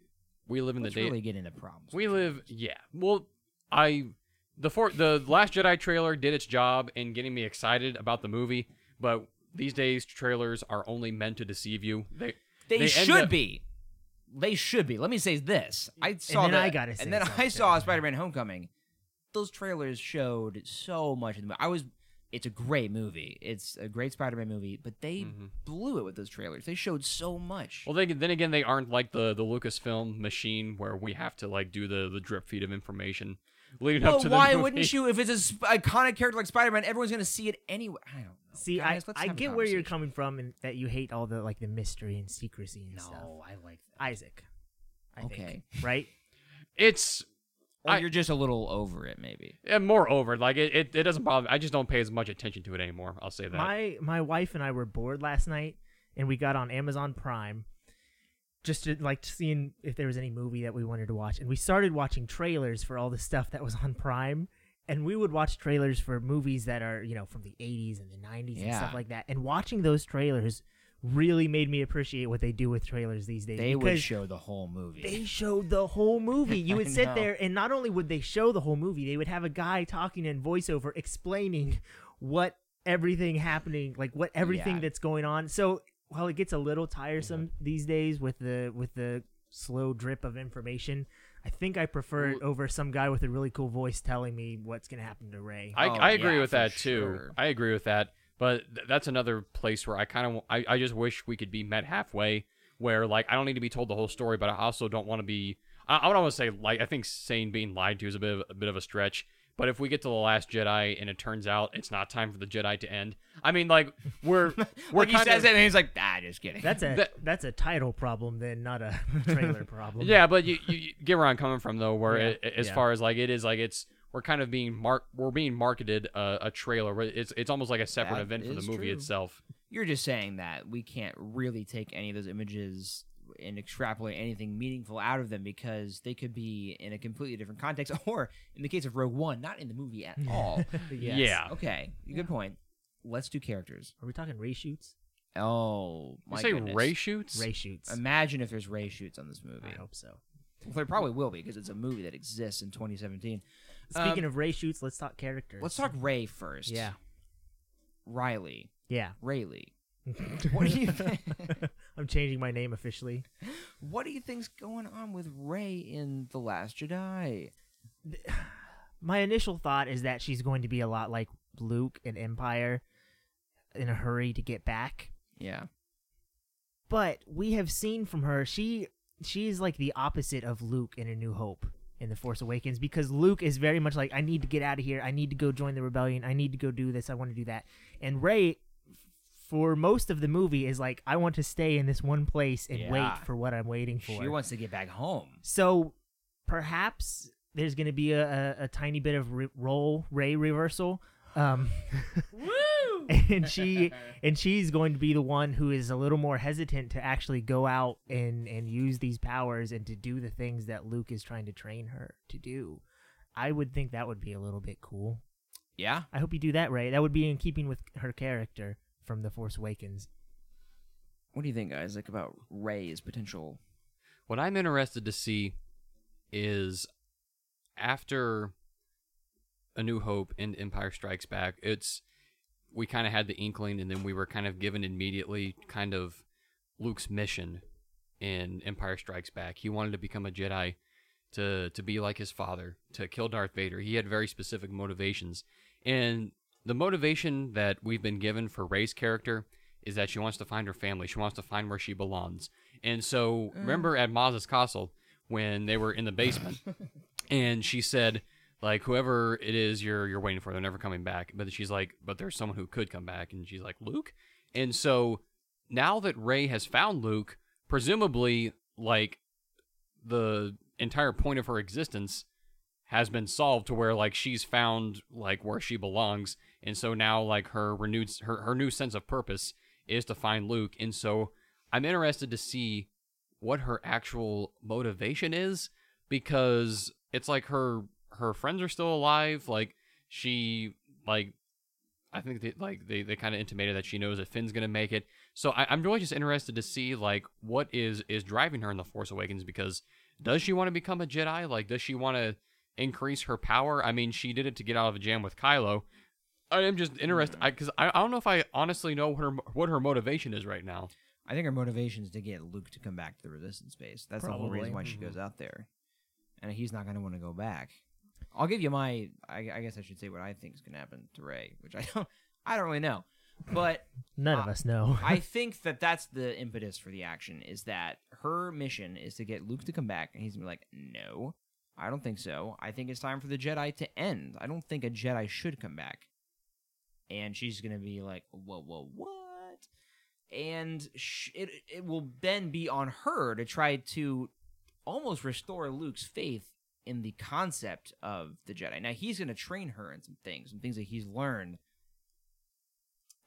C: we live in
B: Let's
C: the day.
B: really get into problems.
C: We live, yeah. Well, I the for the Last Jedi trailer did its job in getting me excited about the movie, but these days trailers are only meant to deceive you. They
B: They,
C: end
B: should
C: up-
B: be. They should be. Let me say this. I saw
D: then
B: that,
D: I gotta say
B: and then I
D: something.
B: saw Spider-Man: Homecoming. Those trailers showed so much of the movie. I was. It's a great movie. It's a great Spider-Man movie, but they
C: Mm-hmm.
B: blew it with those trailers. They showed so much.
C: Well, they, then again, they aren't like the the Lucasfilm machine where we have to like do the the drip feed of information leading up
B: Well,
C: to the
B: why
C: movie.
B: wouldn't you? If it's an iconic character like Spider-Man, everyone's gonna see it anyway. I don't know.
D: See,
B: Guys, let's
D: I, I
B: have a
D: get where you're
B: conversation.
D: coming from and that you hate all the like the mystery and secrecy and stuff.
B: No, I like that.
D: Isaac. I
B: Okay.
D: think. Right?
C: It's
B: Or
C: I-
B: you're just a little over it, maybe.
C: and moreover like it, it, it doesn't bother. me. I just don't pay as much attention to it anymore. I'll say that.
D: My my wife and I were bored last night and we got on Amazon Prime just to, like seeing if there was any movie that we wanted to watch and we started watching trailers for all the stuff that was on Prime and we would watch trailers for movies that are, you know, from the 80s and the 90s and stuff
B: Yeah.
D: like that. And watching those trailers really made me appreciate what they do with trailers these days.
B: They would
D: because
B: show the whole movie.
D: They showed the whole movie. You
B: I
D: would sit
B: know.
D: there, and not only would they show the whole movie, they would have a guy talking in voiceover explaining what everything happening, like what everything
B: Yeah.
D: that's going on. So while it gets a little tiresome these days with the with the slow drip of information, I think I prefer it over some guy with a really cool voice telling me what's gonna happen to Ray.
C: I,
B: Oh,
C: I agree
B: yeah,
C: with
B: for
C: that too.
B: sure.
C: I agree with that. But th- that's another place where I kind of I, I just wish we could be met halfway, where like I don't need to be told the whole story, but I also don't want to be. I, I would almost say like I think saying being lied to is a bit of, a bit of a stretch. But if we get to the Last Jedi and it turns out it's not time for the Jedi to end, I mean like we're we're
B: like he
C: kind
B: says
C: of,
B: it, and he's like, "Ah, just kidding."
D: That's a
C: That-
D: that's a title problem then, not a trailer problem.
C: Yeah, but you, you you get where I'm coming from though. Where it, as
D: yeah.
C: far as like it is like it's we're kind of being mark we're being marketed uh, a, a trailer. where It's it's almost like a separate
B: That
C: event for the
B: is
C: movie
B: true.
C: itself.
B: You're just saying that we can't really take any of those images and extrapolate anything meaningful out of them because they could be in a completely different context, or in the case of Rogue One, not in the movie at all.
D: Yes.
C: Yeah.
B: Okay, good point. Let's do characters.
D: Are we talking reshoots?
B: Oh,
C: You
B: my
C: say
B: goodness.
C: Ray shoots?
D: Reshoots.
B: Imagine if there's Ray shoots on this movie.
D: I hope so.
B: Well, there probably will be because it's a movie that exists in 2017.
D: Speaking of Ray shoots, let's talk characters.
B: Um, Let's talk Ray first.
D: Yeah,
B: Riley.
D: yeah.
B: Rayleigh. What do you think?
D: I'm changing my name officially.
B: What do you think's going on with Ray in The Last Jedi?
D: My initial thought is that she's going to be a lot like Luke in Empire, in a hurry to get back.
B: Yeah.
D: But we have seen from her she she is like the opposite of Luke in A New Hope in The Force Awakens because Luke is very much like I need to get out of here. I need to go join the rebellion. I need to go do this. I want to do that. And Ray for most of the movie is like I want to stay in this one place and
B: Yeah.
D: wait for what I'm waiting for.
B: She wants to get back home.
D: So perhaps there's going to be a, a, a tiny bit of re- role Ray reversal. Um, Woo! And she and she's going to be the one who is a little more hesitant to actually go out and and use these powers and to do the things that Luke is trying to train her to do. I would think that would be a little bit cool.
B: Yeah.
D: I hope you do that, Ray. That would be in keeping with her character from The Force Awakens.
B: What do you think, Isaac, about Ray's potential?
C: What I'm interested to see is after A New Hope and Empire Strikes Back, it's we kind of had the inkling and then we were kind of given immediately kind of Luke's mission in Empire Strikes Back. He wanted to become a Jedi to to be like his father, to kill Darth Vader. He had very specific motivations. And the motivation that we've been given for Ray's character is that she wants to find her family. She wants to find where she belongs. And so remember at Maz's castle when they were in the basement and she said like whoever it is you're you're waiting for they're never coming back but she's like but there's someone who could come back and she's like Luke and so now that Ray has found Luke presumably like the entire point of her existence has been solved to where like she's found like where she belongs and so now like her renewed her, her new sense of purpose is to find luke and so i'm interested to see what her actual motivation is because it's like her her friends are still alive like she like i think they like they, they kind of intimated that she knows that finn's gonna make it so I, i'm really just interested to see like what is is driving her in the force awakens because does she want to become a jedi like does she want to increase her power i mean she did it to get out of a jam with kylo i am just interested because I, I, don't know if i honestly know what her what her motivation is right now
B: I think her motivation is to get Luke to come back to the Resistance base. That's the whole
D: Probably.
B: reason why she goes out there, and he's not going to want to go back. I'll give you my. I, I guess I should say what I think is going to happen to Ray, which I don't. I don't really know, but
D: None of
B: Uh,
D: us know.
B: I think that that's the impetus for the action. Is that her mission is to get Luke to come back, and he's gonna be like, "No, I don't think so. I think it's time for the Jedi to end. I don't think a Jedi should come back." And she's gonna be like, "Whoa, whoa, what?" and sh- it it will then be on her to try to almost restore Luke's faith in the concept of the Jedi. Now he's going to train her in some things, some things that he's learned.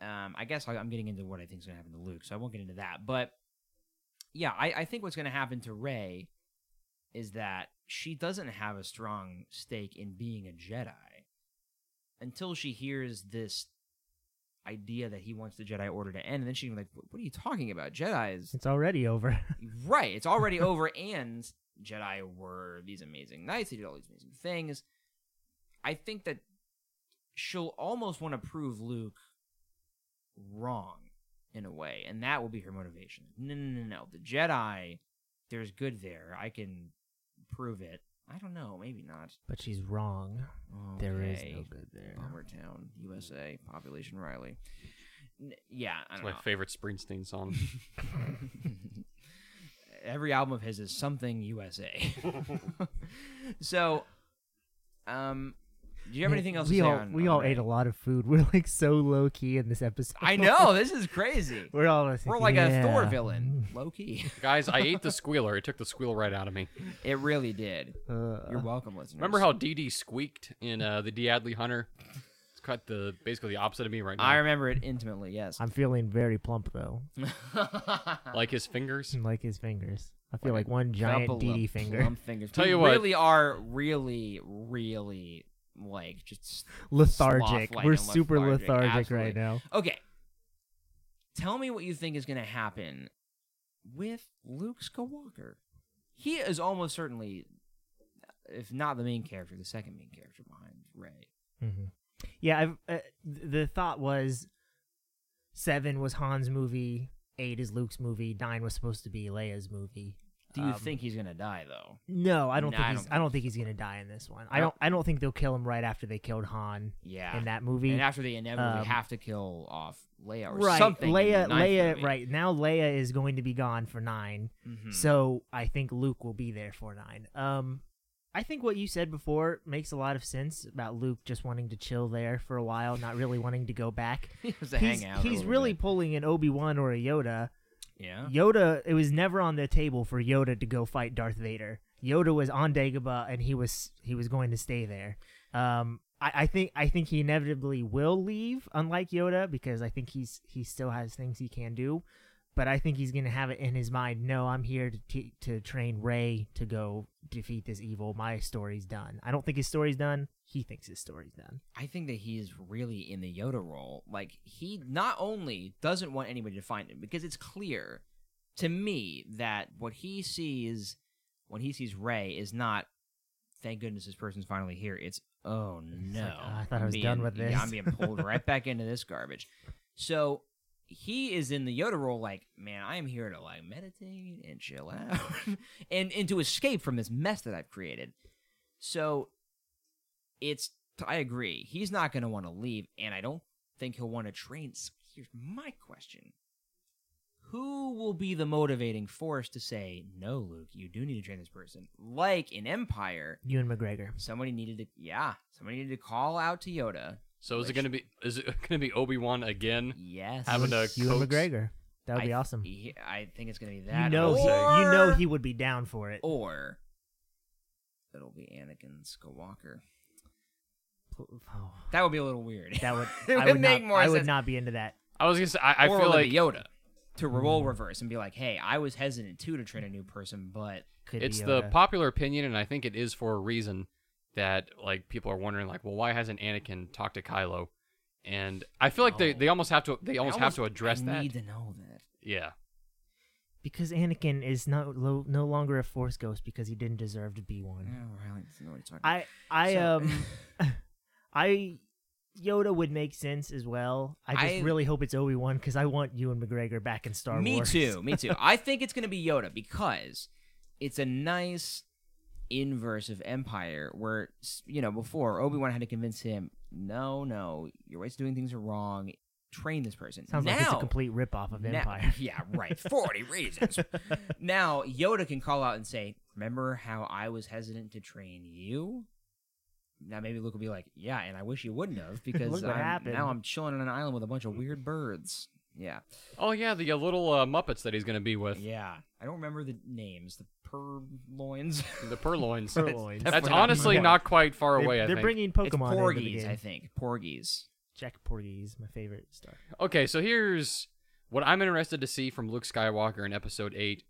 B: Um, I guess I, I'm getting into what I think is going to happen to Luke, so I won't get into that. But yeah, I, I think what's going to happen to Rey is that she doesn't have a strong stake in being a Jedi until she hears this idea that he wants the Jedi Order to end, and then she's like, "What what are you talking about? Jedi is
D: it's already over.
B: right. It's already over, and Jedi were these amazing knights. They did all these amazing things. I think that she'll almost want to prove Luke wrong in a way, and that will be her motivation. No, no, no, no. The Jedi, there's good there. I can prove it. I don't know. Maybe not.
D: but she's wrong. There is no
B: Okay.
D: good there.
B: Bomber Town, USA, population Riley. N- yeah, I
C: it's
B: don't
C: my
B: know.
C: favorite springsteen song
B: Every album of his is something USA. so, um, do you have
D: Man,
B: anything else
D: we
B: to say
D: all,
B: on-
D: We
B: on
D: all
B: Ray?
D: ate a lot of food. We're like so low key in this episode.
B: I know this is crazy.
D: We're all just
B: We're like a Thor
D: yeah.
B: villain, low key.
C: guys i ate the squealer it took the squeal right out of me
B: It really did.
D: Uh,
B: You're welcome, listeners.
C: remember how dd squeaked in uh, the diadley hunter it's cut the basically the opposite of me right now
B: I remember it intimately. Yes.
D: I'm feeling very plump though,
C: like his fingers
D: and like his fingers. I feel like one giant
B: Couple
D: DD
B: of
D: finger.
B: plump fingers.
C: Tell
B: We
C: you what.
B: really are really, really like just
D: lethargic.
B: sloth-like
D: We're
B: and
D: super lethargic,
B: Absolutely.
D: right now.
B: Okay. Tell me what you think is going to happen with Luke Skywalker. He is almost certainly, if not the main character, the second main character behind Ray.
D: hmm Yeah, I've, uh, th- the thought was seven was Han's movie, eight is Luke's movie, nine was supposed to be Leia's movie.
B: Do you
D: Um,
B: think he's going to die, though?
D: No, I don't
B: No,
D: think
B: I
D: he's.
B: don't
D: I don't think he's gonna die in this one. I
B: I
D: don't. I don't think they'll kill him right after they killed Han
B: Yeah.
D: in that
B: and
D: movie.
B: after they inevitably
D: um,
B: have to kill off Leia or
D: right,
B: something. in the
D: Leia.
B: ninth
D: Leia.
B: movie.
D: Right now, Leia is going to be gone for 9
B: Mhm.
D: So I think Luke will be there for nine. Um, I think what you said before makes a lot of sense about Luke just wanting to chill there for a while, not really wanting to go back.
B: he has to
D: he's
B: hang out. a
D: he's
B: little
D: really
B: bit.
D: pulling an Obi Wan or a Yoda.
B: Yeah.
D: Yoda, it was never on the table for Yoda to go fight Darth Vader. Yoda was on Dagobah, and he was he was going to stay there. Um, I, I think I think he inevitably will leave, unlike Yoda, because I think he's he still has things he can do. But I think he's going to have it in his mind. No, I'm here to t- to train Ray to go defeat this evil. My story's done. I don't think his story's done. He thinks his story's done.
B: I think that he's really in the Yoda role. Like he not only doesn't want anybody to find him because it's clear to me that what he sees when he sees Ray is not thank goodness this person's finally here. It's oh no.
D: like, "Ah, I thought I
B: I'm
D: was done
B: being-
D: with
B: yeah,
D: this."
B: I'm being pulled right back into this garbage. So he is in the Yoda role like, man, I am here to like meditate and chill out and and to escape from this mess that I've created. So it's I agree. He's not going to want to leave, and I don't think he'll want to train. So here's my question: Who will be the motivating force to say no, Luke? You do need to train this person, like in Empire.
D: Ewan McGregor.
B: Somebody needed to, yeah, somebody needed to call out to Yoda.
C: So is
B: Which-
C: it going to be is it going to be Obi Wan again?
B: Yes,
C: Having to
D: Ewan
C: coax-
D: McGregor. That would be
B: I-
D: awesome.
B: he- I think it's going to be that. Oh.
D: You know, he,
B: or-
D: you know he would be down for it.
B: or it'll be Anakin Skywalker.
D: Oh,
B: That would be a little weird.
D: that would,
B: It
D: I
B: would
D: would
B: make
D: not,
B: more
D: I would
B: sense.
D: not be into that.
C: I was gonna say I, I
B: or
C: feel
B: will it
C: like
B: be Yoda to role reverse and be like, "Hey, I was hesitant too to train a new person, but
D: Could
C: it's
D: be uh,
C: the
D: Yoda.
C: popular opinion, and I think it is for a reason that like people are wondering like, well, why hasn't Anakin talked to Kylo? And I feel like they,
B: Oh.
C: they almost have to they
B: I
C: almost, have to address
B: I
C: that.
B: Need to know that.
C: Yeah,
D: because Anakin is not lo- no longer a Force ghost because he didn't deserve to be one.
B: No, Riley doesn't know what he's talking. about.
D: I I
B: So-
D: um I Yoda would make sense as well. I just
B: I-
D: really hope it's Obi Wan because I want Ewan McGregor back in Star
B: me
D: Wars.
B: too. Me too. I think it's gonna be Yoda because it's a nice inverse of Empire, where s- you know before Obi Wan had to convince him, "No, no, your ways of doing things are wrong. Train this person."
D: Sounds
B: now,
D: like it's a complete ripoff of
B: Now-
D: Empire.
B: yeah, right. 40 reasons. Now, Yoda can call out and say, Remember how I was hesitant to train you? Now, maybe Luke will be like, Yeah, and I wish you wouldn't have because
D: Look what
B: I'm-
D: happened."
B: now I'm chilling on an island with a bunch of weird birds. Yeah.
C: Oh yeah, the uh, little uh, Muppets that he's going to be with
B: Yeah. I don't remember the names, the purloins.
C: the Purloins.
D: Purloins.
C: That's
B: Definitely not
C: honestly
B: Muppet.
C: not quite far
D: They're,
C: away. I
D: they're
C: think.
D: bringing
B: it's
D: Pokemon into the
B: Porgies,
D: game.
B: I think. Porgies.
D: Jack Porgies, my favorite star.
C: Okay, so here's what I'm interested to see from Luke Skywalker in episode 8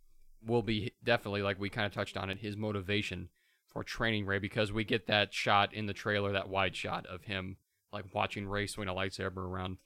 C: will be definitely like we kind of touched on it his motivation for training Ray because we get that shot in the trailer that wide shot of him like watching Ray swing a lightsaber around.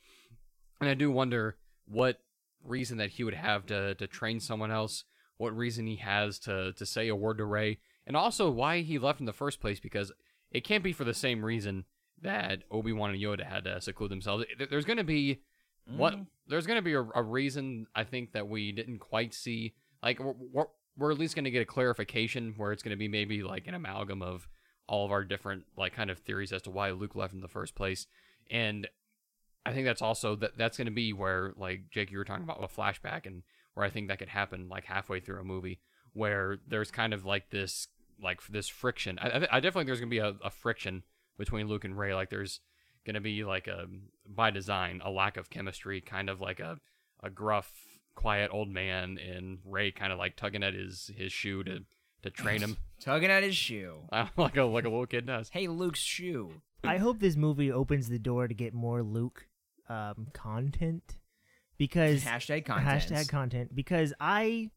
C: And I do wonder what reason that he would have to to train someone else, what reason he has to to say a word to Ray, and also why he left in the first place because it can't be for the same reason that Obi-Wan and Yoda had to seclude themselves. There- There's going to be what
B: Mm-hmm. Mm.
C: there's going to be a, a reason I think that we didn't quite see. Like we're, we're, we're at least going to get a clarification where it's going to be maybe like an amalgam of all of our different like kind of theories as to why Luke left in the first place, and I think that's also that that's going to be where like Jake you were talking about a flashback and where I think that could happen like halfway through a movie where there's kind of like this like this friction. I, I, I definitely think there's going to be a, a friction between Luke and Ray. Like there's going to be like a by design a lack of chemistry, kind of like a a gruff, quiet old man, and Ray kind of like tugging at his his shoe to to train him
B: Tugging at his shoe.
C: like a like a little kid does.
B: Hey, Luke's shoe.
D: I hope this movie opens the door to get more Luke um, content because
B: Hashtag content.
D: Hashtag content because I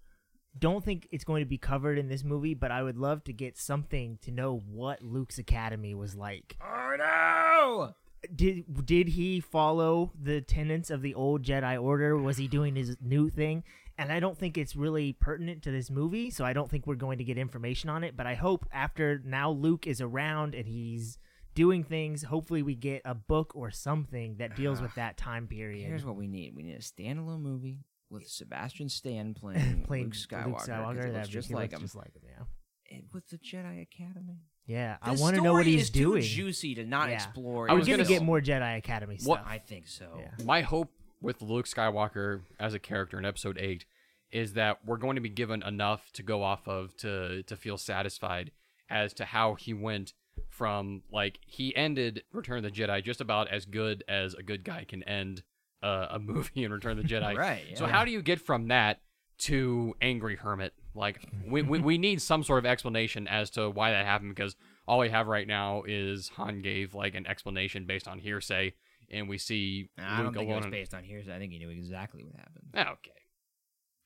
D: don't think it's going to be covered in this movie, but I would love to get something to know what Luke's academy was like.
B: Oh, no!
D: Did did he follow the tenets of the old Jedi order? Was he doing his new thing? And I don't think it's really pertinent to this movie, so I don't think we're going to get information on it, but I hope after now Luke is around and he's doing things, hopefully we get a book or something that deals with that time period.
B: Here's what we need. We need a standalone movie with Sebastian Stan playing,
D: Playing
B: Luke Skywalker. 'cause it
D: that'd
B: looks
D: be-
B: just
D: he
B: like him.
D: looks just like him, yeah.
B: And with the Jedi Academy.
D: Yeah, I
B: This
D: want to know what
B: story
D: he's
B: is
D: doing.
B: Too juicy to not
D: Yeah.
B: explore.
C: I
D: We're
C: was
D: gonna
C: gonna
D: get
C: s-
D: more Jedi Academy
C: What-
D: stuff.
B: I think so.
D: Yeah.
C: My hope with Luke Skywalker as a character in Episode Eight is that we're going to be given enough to go off of to to feel satisfied as to how he went from like he ended Return of the Jedi just about as good as a good guy can end uh, a movie in Return of the Jedi.
B: Right, yeah.
C: So how do you get from that to Angry Hermit? Like we, we we need some sort of explanation as to why that happened because all we have right now is Han gave like an explanation based on hearsay. And we see
B: I don't
C: Luke
B: think it was
C: alone-
B: based on hearsay. I think he knew exactly what happened.
C: Ah, okay.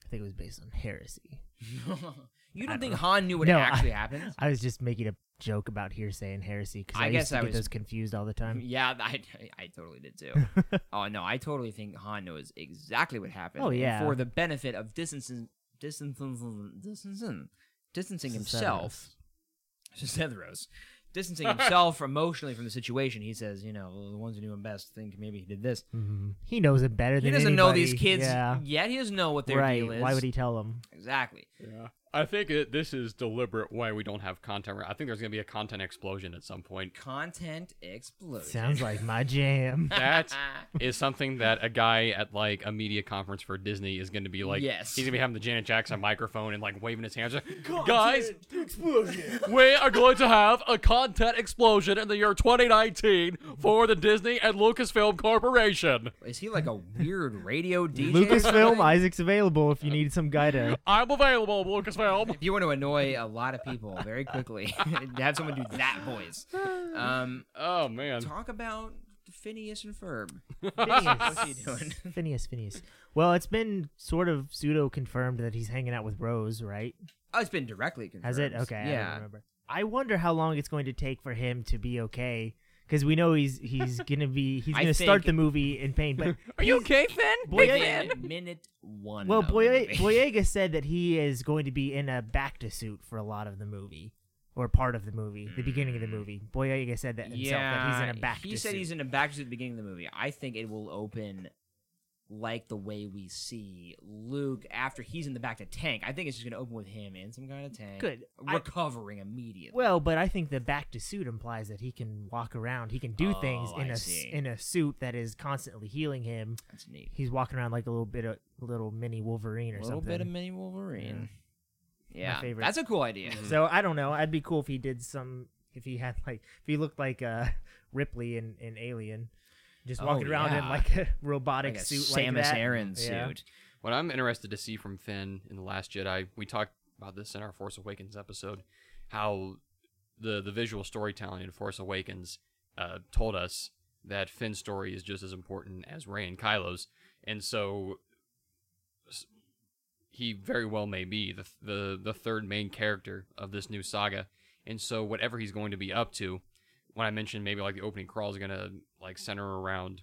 D: I think it was based on heresy.
B: you
D: I
B: don't
D: don't
B: think
D: know.
B: Han knew what
D: No,
B: actually
D: I-
B: happened?
D: I was just making a joke about hearsay and heresy because
B: I
D: I,
B: guess
D: used to
B: I
D: get
B: was-
D: those confused all the time.
B: Um, Yeah, I, I totally did too. oh no, I totally think Han knows exactly what happened.
D: Oh,
B: and
D: yeah.
B: for the benefit of distancing, distancing, distancing, distancing himself. Cethros. Distancing himself emotionally from the situation, he says, you know, "Well, the ones who knew him best think maybe he did this.
D: Mhm. He knows it better
B: He
D: than
B: doesn't know these
D: anybody.
B: kids
D: Yeah,
B: yet. He doesn't know what their
D: right.
B: deal is.
D: Why would he tell them?
B: Exactly.
C: I think that this is deliberate why we don't have content. I think there's going to be a content explosion at some point.
B: Content explosion. Ah.
D: Sounds like my jam.
C: That is something that a guy at like a media conference for Disney is going to be like.
B: Yes.
C: He's going to be having the Janet Jackson microphone and like waving his hands. like, Guys,
B: explosion.
E: We are going to have a content explosion in the year 2019 for the Disney and Lucasfilm Corporation.
B: Is he like a weird radio DJ? or
D: Lucasfilm,
B: something?
D: Isaac's available if you need some guy to.
E: I'm available, Lucasfilm.
B: If you want to annoy a lot of people very quickly, have someone do that voice. Um,
C: oh man.
B: talk about Phineas and Ferb.
D: Phineas.
B: What's he doing?
D: Phineas, Phineas. Well, it's been sort of pseudo confirmed that he's hanging out with Rose, right?
B: Oh, it's been directly confirmed.
D: Has it? Okay, I don't
B: Yeah.
D: remember. I wonder how long it's going to take for him to be okay, because we know he's he's gonna be he's
B: I
D: gonna start
B: think-
D: the movie in pain. But
C: Are you okay, Finn?
D: Boy-
B: Within minute one.
D: well,
B: of the
D: Boye-
B: movie.
D: Boyega said that he is going to be in a back to suit for a lot of the movie. Or part of the movie, the beginning of the movie. Boyega said that himself that he's in a back.
B: Mm. He said he's in a back to the beginning of the movie. I think it will open like the way we see Luke after he's in the back to tank. I think it's just going to open with him in some kind of tank.
D: Good. I-
B: Recovering immediately.
D: Well, but I think the back to suit implies that he can walk around. He can do things
B: Oh,
D: in
B: I
D: a s-
B: see.
D: in a suit that is constantly healing him.
B: That's neat.
D: He's walking around like a little bit of little mini Wolverine or
B: A little
D: something.
B: bit of mini Wolverine. Yeah.
D: My favorite.
B: That's a cool idea.
D: so I don't know. I'd be cool if he did some. If he had like if he looked like uh, Ripley in, in Alien, just
B: Oh,
D: walking around in
B: yeah.
D: like a robotic
B: Like a
D: suit like
B: Samus
D: that.
B: Aran
D: Yeah.
B: suit.
C: What I'm interested to see from Finn in The Last Jedi, we talked about this in our Force Awakens episode, how the the visual storytelling in Force Awakens uh, told us that Finn's story is just as important as Rey and Kylo's, and so s- he very well may be the, the the third main character of this new saga, and so whatever he's going to be up to, when I mentioned maybe like the opening crawl is gonna like center around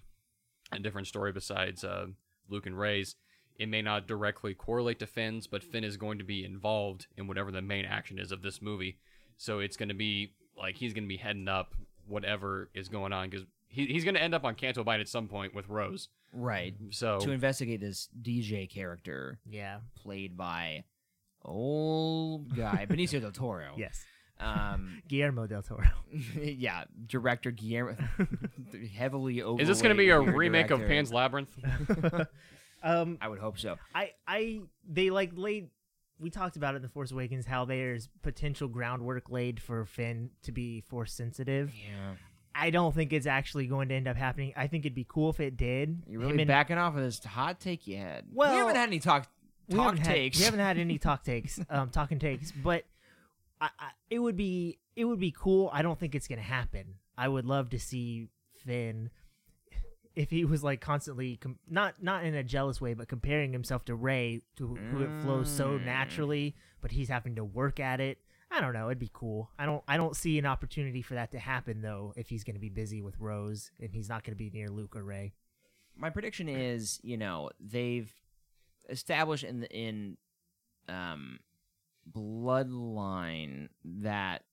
C: a different story besides uh, Luke and Ray's. It may not directly correlate to Finn's, but Finn is going to be involved in whatever the main action is of this movie. So it's going to be like he's going to be heading up whatever is going on because he, he's going to end up on Canto Bight at some point with Rose.
B: Right.
C: So
B: To investigate this DJ character
D: Yeah.
B: played by old guy Benicio del Toro.
D: Yes.
B: Um,
D: Guillermo del Toro.
B: yeah, director Guillermo, heavily over.
C: is this going to be a remake of Pan's Labyrinth?
D: Um,
B: I would hope so.
D: I I they like laid. We talked about it in the Force Awakens how there's potential groundwork laid for Finn to be force sensitive.
B: Yeah,
D: I don't think it's actually going to end up happening. I think it'd be cool if it did.
B: you're
D: Him
B: really
D: and-
B: backing off of this hot take you had. we
D: Well,
B: haven't had any talk
D: we
B: talk
D: haven't had-
B: takes.
D: we haven't had any talk takes, um, talking takes, but I, I, it would be it would be cool. I don't think it's gonna happen. I would love to see Finn if he was like constantly com- not not in a jealous way, but comparing himself to Ray, to who- who it flows
B: Mm.
D: so naturally, but he's having to work at it. I don't know. It'd be cool. I don't. I don't see an opportunity for that to happen though. If he's going to be busy with Rose and he's not going to be near Luke or Ray.
B: My prediction is, you know, they've established in the, in um, bloodline that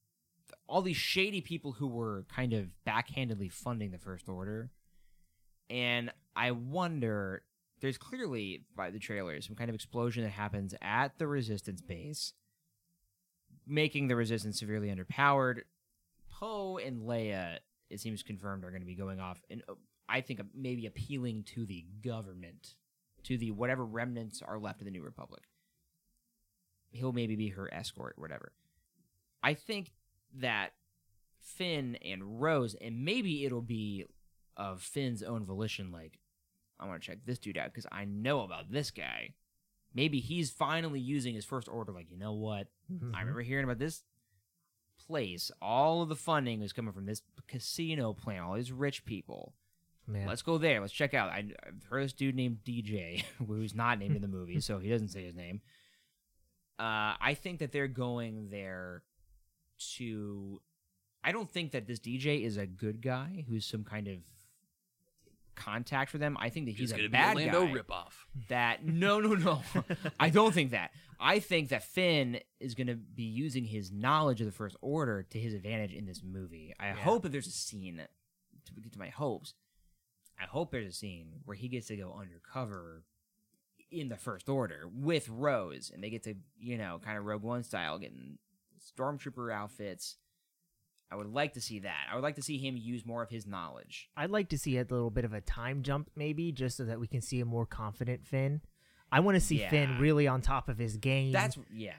B: all these shady people who were kind of backhandedly funding the first order and i wonder there's clearly by the trailer some kind of explosion that happens at the resistance base making the resistance severely underpowered poe and leia it seems confirmed are going to be going off and uh, i think uh, maybe appealing to the government to the whatever remnants are left of the new republic he'll maybe be her escort whatever i think that Finn and Rose, and maybe it'll be of Finn's own volition, like, I want to check this dude out because I know about this guy. Maybe he's finally using his first order, like, you know what?
D: Mm-hmm.
B: I remember hearing about this place. All of the funding was coming from this casino plan, all these rich people.
D: Mm-hmm. Man.
B: Let's go there. Let's check out. I, I've heard this dude named DJ, who's not named in the movie, so he doesn't say his name. Uh, I think that they're going there to. I don't think that this DJ is a good guy who's some kind of contact for them. I think that he's, a
C: gonna
B: bad
C: be a
B: guy
C: Lando ripoff.
B: that no no no i don't think that i think that finn is going to be using his knowledge of the first order to his advantage in this movie i hope that there's a scene to get to my hopes i hope there's a scene where he gets to go undercover in the First Order with Rose, and they get to you know kind of Rogue One style, getting stormtrooper outfits. I would like to see that. I would like to see him use more of his knowledge.
D: I'd like to see a little bit of a time jump, maybe, just so that we can see a more confident Finn. I want to see Finn
B: Yeah.
D: really on top of his game,
B: That's yeah.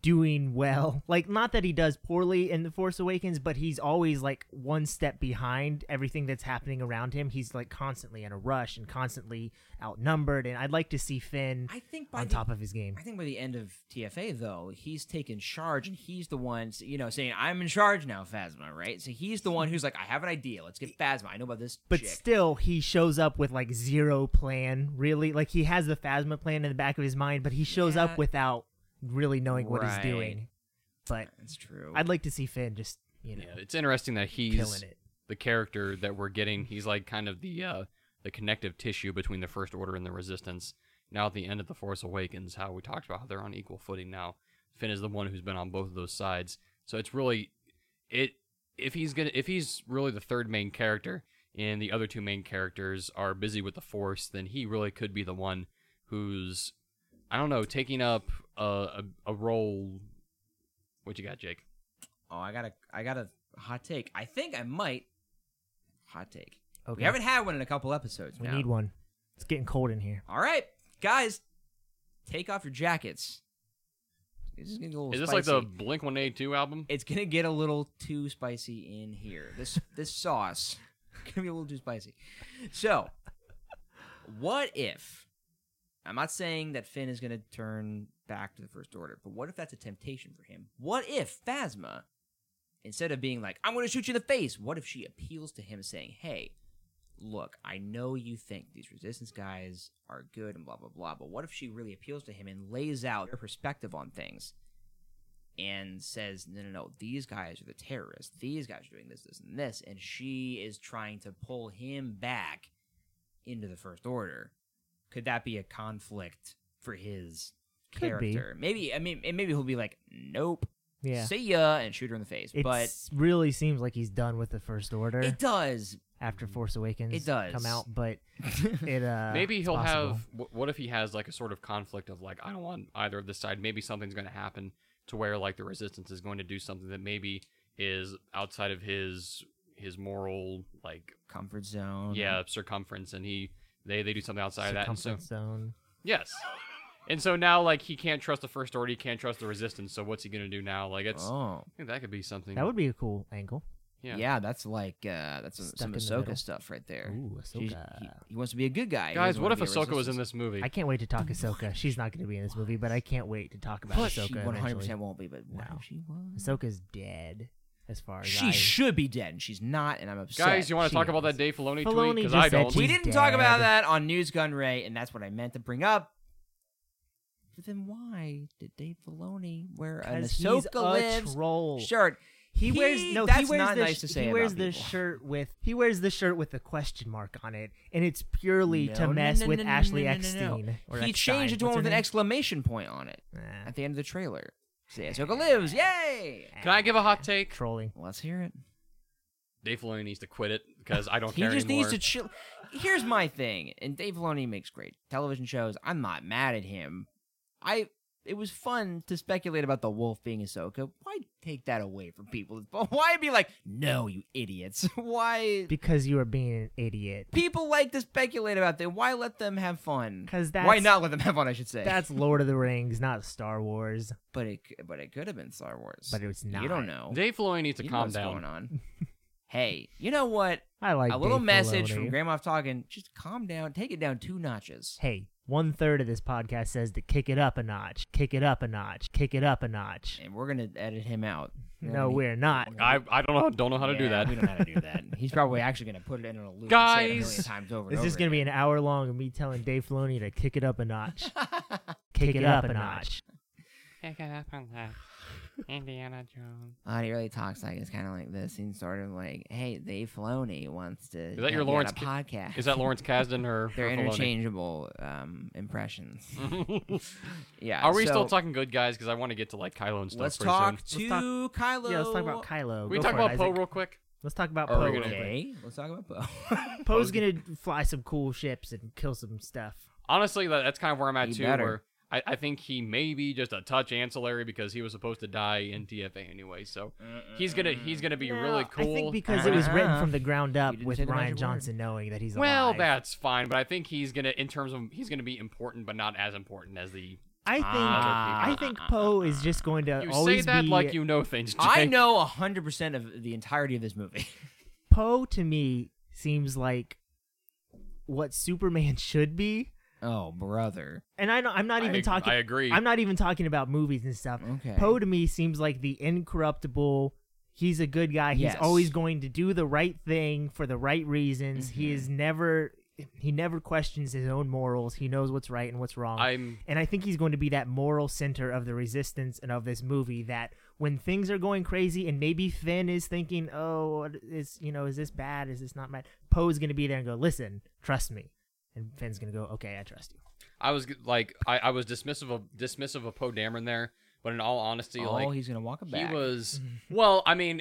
D: doing well. Like, not that he does poorly in The Force Awakens, but he's always like one step behind everything that's happening around him. He's like constantly in a rush and constantly outnumbered. And I'd like to see Finn
B: I think by
D: on
B: the,
D: top of his game.
B: I think by the end of TFA though, he's taken charge and he's the one, s- you know, saying I'm in charge now, Phasma. Right? So he's the one who's like, I have an idea. Let's get Phasma. I know about this.
D: But
B: chick.
D: still, he shows up with like zero plan, really. Like he has the Phasma plan in the back of his mind, but he shows
B: Yeah.
D: up without really knowing what he's
B: Right.
D: doing. But
B: that's true.
D: I'd like to see Finn just, you know,
C: Yeah, it's interesting that
D: killing
C: he's
D: it.
C: the character that we're getting. He's like kind of the uh, the connective tissue between the First Order and the Resistance. Now at the end of the Force Awakens, how we talked about how they're on equal footing now. Finn is the one who's been on both of those sides, so it's really it. If he's gonna, if he's really the third main character, and the other two main characters are busy with the Force, then he really could be the one who's, I don't know, taking up a a, a role. What you got, Jake?
B: Oh, I got a I got a hot take. I think I might hot take.
D: Okay.
B: We haven't had one in a couple episodes.
D: We
B: now.
D: need one. It's getting cold in here.
B: All right, guys, take off your jackets. This is gonna get a little
C: Is this like
B: spicy.
C: the Blink One Eight Two album?
B: It's gonna get a little too spicy in here. This this sauce gonna be a little too spicy. So, what if? I'm not saying that Finn is gonna turn back to the First Order, but what if that's a temptation for him? What if Phasma, instead of being like, "I'm gonna shoot you in the face," what if she appeals to him, saying, "Hey, look, I know you think these resistance guys are good and blah blah blah, but what if she really appeals to him and lays out her perspective on things and says, No, no, no, these guys are the terrorists, these guys are doing this, this, and this, and she is trying to pull him back into the first order. Could that be a conflict for his
D: Could be.
B: character? Maybe I mean and maybe he'll be like, Nope,
D: Yeah.
B: see ya and shoot her in the face.
D: It
B: but
D: really seems like he's done with the First Order
B: it does.
D: after Force Awakens.
B: it does.
D: come out, but it uh
C: Maybe
D: it's
C: he'll
D: possible.
C: have. wh- What if he has like a sort of conflict of like I don't want either of this side. Maybe something's going to happen to where like the resistance is going to do something that maybe is outside of his his moral like
B: Comfort
D: Oh,
B: zone.
C: yeah circumference, and he they they do something outside of that. And so
D: circumference zone.
C: yes, and so now like he can't trust the first order, he can't trust the resistance. So what's he going to do now? Like it's I
B: Oh.
C: think that could be something.
D: That would be a cool angle.
C: yeah.
B: Yeah. that's like uh, that's
D: Stuck
B: some
D: in the middle.
B: Ahsoka stuff right there.
D: Ooh,
B: She's-
D: Ahsoka.
B: He, he wants to be a good guy. He
C: Guys,
B: doesn't
C: what if
B: wanna be a
C: Ahsoka was in
B: resistance.
C: this movie?
D: I can't wait to talk Ahsoka. She's not going to be in this movie, but I can't wait to talk about Ahsoka.
B: She one hundred
D: eventually.
B: percent won't be, but what
D: No.
B: if she was?
D: Ahsoka's dead, as far as
B: She
D: I...
B: should be dead, and she's not, and I'm upset.
C: Guys, you want
D: she
C: to talk about
D: is.
C: that Dave Filoni,
D: Filoni
C: tweet? Because
D: just
C: I
D: said
C: don't.
D: she-
B: we
D: She's
B: didn't talk about
D: dead.
B: that on News Gun Ray, and that's what I meant to bring up. But then why did Dave Filoni wear an
D: 'Cause he's
B: Ahsoka
D: a
B: lives
D: troll.
B: shirt?
D: He, wears no.
B: That's
D: he wears
B: not
D: the,
B: nice to say.
D: He wears
B: about
D: the
B: people.
D: shirt with he wears the shirt with the question mark on it, and it's purely
B: No,
D: to
B: no,
D: mess
B: no,
D: with
B: no, no,
D: Ashley
B: no, no, no, no.
D: Eckstein. or
B: He changed
D: Eckstein.
B: it to
D: What's
B: one
D: her
B: with an
D: name?
B: exclamation point on it
D: Nah.
B: at the end of the trailer. Say Ahsoka lives! Yay!
C: Can I give a hot take?
D: trolling.
B: Let's hear it.
C: Dave Filoni needs to quit it because I don't
B: He
C: care
B: just
C: anymore.
B: needs to chill. Here's my thing, and Dave Filoni makes great television shows. I'm not mad at him. I it was fun to speculate about the wolf being Ahsoka. Why take that away from people? But why be like, no, you idiots? Why
D: Because you are being an idiot.
B: people like to speculate about that? Why let them have fun?
D: 'Cause
B: why
D: that's-
B: not let them have fun? I should say.
D: That's Lord of the Rings, not Star Wars.
B: but it c- but it could have been Star Wars.
D: But it's
B: You
D: not.
B: don't know.
C: Dave Filoni needs to
B: you know
C: calm
B: what's going
C: down.
B: on. hey, you know what?
D: I like
B: a little
D: Dave
B: message
D: Filoni.
B: from Grandma Moff Talking. Just calm down. Take it down two notches.
D: Hey, one third of this podcast says to kick it up a notch, kick it up a notch, kick it up a notch.
B: and we're gonna edit him out. You know
D: No,
B: what I mean?
D: we're not.
C: I, I don't know don't know how to do
B: Yeah,
C: that.
B: We don't know how to do that. He's probably actually gonna put it in a loop. and say it a million
C: Guys!
B: times over.
D: This is going to be an hour long of me telling Dave Filoni to kick it up a notch, kick, it up, a notch.
F: Pick it up and left. Indiana Jones.
B: Uh, he really talks like it's kind of like this. He's sort of like, "Hey, Dave Filoni wants to."
C: that your Lawrence
B: a
C: Ki-
B: podcast?
C: Is that Lawrence Kasdan or,
B: They're
C: or Filoni?
B: interchangeable um, impressions. yeah.
C: Are we
B: so
C: still talking good guys? Because I want to get to like Kylo and stuff
B: Let's
C: pretty
B: talk
C: soon.
B: to
D: Let's talk-
B: Kylo.
D: Yeah, let's talk about Kylo.
C: Can we
D: Go
C: talk
D: for it,
C: about Poe
D: Isaac.
C: real quick?
D: Let's talk about
C: Or
D: Poe.
C: we're gonna-
D: real quick.
B: Okay, let's talk about Poe.
D: Poe's going to fly some cool ships and kill some stuff.
C: honestly, that, that's kind of where I'm at
B: He
C: too.
B: better.
C: Where I, I think he may be just a touch ancillary because he was supposed to die in TFA anyway. So he's gonna he's gonna be really cool.
D: I think because it was written
B: Uh-huh.
D: from the ground up
B: You didn't
D: with
B: say the
D: Ryan
B: magic
D: Johnson knowing that he's
C: well,
D: alive.
C: that's fine, but I think he's gonna in terms of he's gonna be important, but not as important as the.
D: I think
C: Ah.
D: I think Poe is just going to
C: You say
D: always
C: that
D: be
C: like you know things. Jake.
B: I know 100% of the entirety of this movie.
D: Poe to me seems like what Superman should be.
B: oh, brother.
D: And I don't, I'm not
C: I
D: even
C: ag-
D: talking.
C: I agree.
D: I'm not even talking about movies and stuff.
B: Okay.
D: Poe to me seems like the incorruptible. He's a good guy.
B: Yes.
D: He's always going to do the right thing for the right reasons. He is never. He never questions his own morals. He knows what's right and what's wrong.
C: I'm
D: And I think he's going to be that moral center of the resistance and of this movie that when things are going crazy and maybe Finn is thinking, oh, what is, you know, is this bad? Is this not bad? Poe's going to be there and go, listen, trust me. And Finn's going to go, okay, I trust you.
C: I was g- like I, I was dismissive of dismissive of Poe Dameron there, but in all honesty,
B: oh,
C: like
B: he's going to walk it
C: he
B: back.
C: was well i mean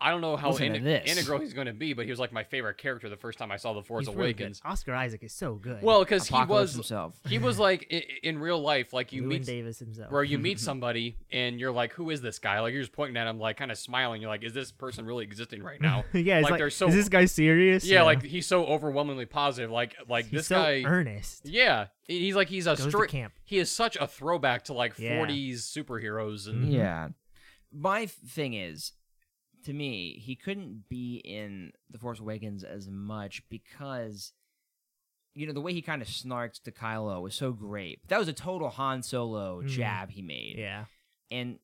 C: i don't know how
B: Listen to
C: in-
B: this.
C: integral he's going to be but he was like my favorite character the first time i saw the force
D: He's really
C: awakens
D: good. Oscar Isaac is so good.
C: well because he
B: Apocalypse
C: was
B: himself.
C: he was like in, in real life like you
D: Llewyn
C: meet
D: Davis himself.
C: where you meet somebody and you're like who is this guy like you're just pointing at him like kind of smiling you're like is this person really existing right now
D: yeah, it's like,
C: they're so
D: is this guy serious?
C: yeah like he's so overwhelmingly positive like like
D: he's
C: this
D: so
C: guy
D: earnest.
C: yeah he- he's like he's a
D: Goes to
C: straight
D: camp.
C: he is such a throwback to like
D: Yeah. Mm,
C: 40s superheroes and
B: Yeah. My f- thing is, to me, he couldn't be in The Force Awakens as much because, you know, the way he kind of snarked to Kylo was so great. That was a total Han Solo
D: Mhm.
B: jab he made.
D: Yeah.
B: And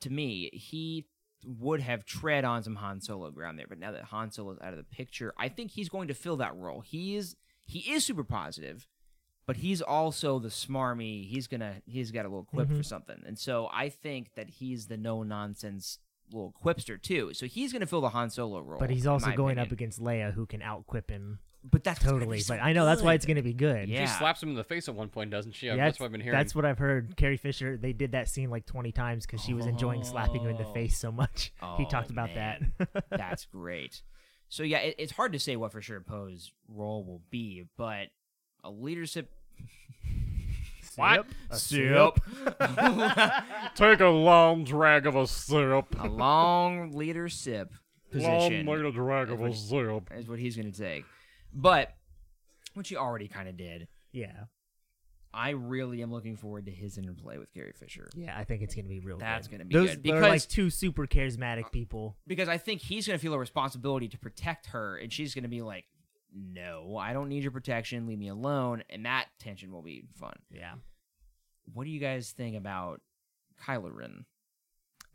B: to me, he would have tread on some Han Solo ground there. But now that Han Solo's out of the picture, I think he's going to fill that role. He is he is super positive, but he's also the smarmy. He's gonna he's got a little quip for
D: Mhm.
B: something, and so I think that he's the no nonsense little quipster too. So he's gonna fill the Han Solo role.
D: But he's
B: in
D: also
B: my
D: going up
B: opinion.
D: against Leia, who can outquip him
B: But that's gonna be
D: totally.
B: so
D: But I know that's why it's
B: good.
D: going to be good.
B: Yeah.
C: She slaps him in the face at one point, doesn't she?
D: Yeah,
C: that's what I've been hearing.
D: That's what I've heard. Carrie Fisher, they did that scene like 20 times because she was enjoying slapping him in the
B: Oh.
D: face so much. he talked
B: Oh,
D: about
B: man.
D: that.
B: That's great. So yeah, it, it's hard to say what for sure Poe's role will be, but a leadership
D: What? A sip.
E: Take a long drag of a sip.
B: a long leader sip position
E: Long later drag of a sip.
B: is what he's going to take. But which he already kind of did.
D: Yeah.
B: I really am looking forward to his interplay with Carrie Fisher
D: Yeah, I think it's going to be real
B: That's
D: good.
B: gonna be
D: Those
B: good,
D: they're like
B: because-
D: two super charismatic people.
B: because I think he's going to feel a responsibility to protect her, and she's going to be like, "No, I don't need your protection. Leave me alone." And that tension will be fun.
D: Yeah.
B: What do you guys think about Kylo Ren?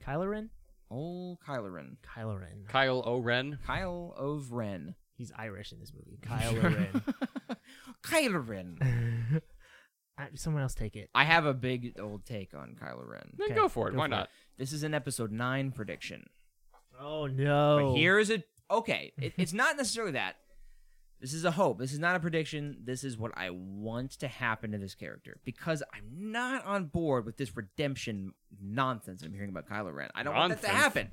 D: Kylo Ren?
B: Old Kylo Ren.
D: Kylo Ren.
C: Kyle O'Ren.
B: Kyle of Ren.
D: He's Irish in this movie. Kylo
B: Kylo Ren.
D: Ren. Uh, Someone else take it.
B: I have a big old take on Kylo Ren.
C: Then
D: Okay,
C: go for it.
D: go
C: Why
D: for
C: not?
B: This is an episode nine prediction.
D: Oh, no.
B: But here is a okay. It, it's not necessarily that. This is a hope. This is not a prediction. This is what I want to happen to this character because I'm not on board with this redemption nonsense I'm hearing about Kylo Ren. I don't want that to
C: Nonsense.
B: happen.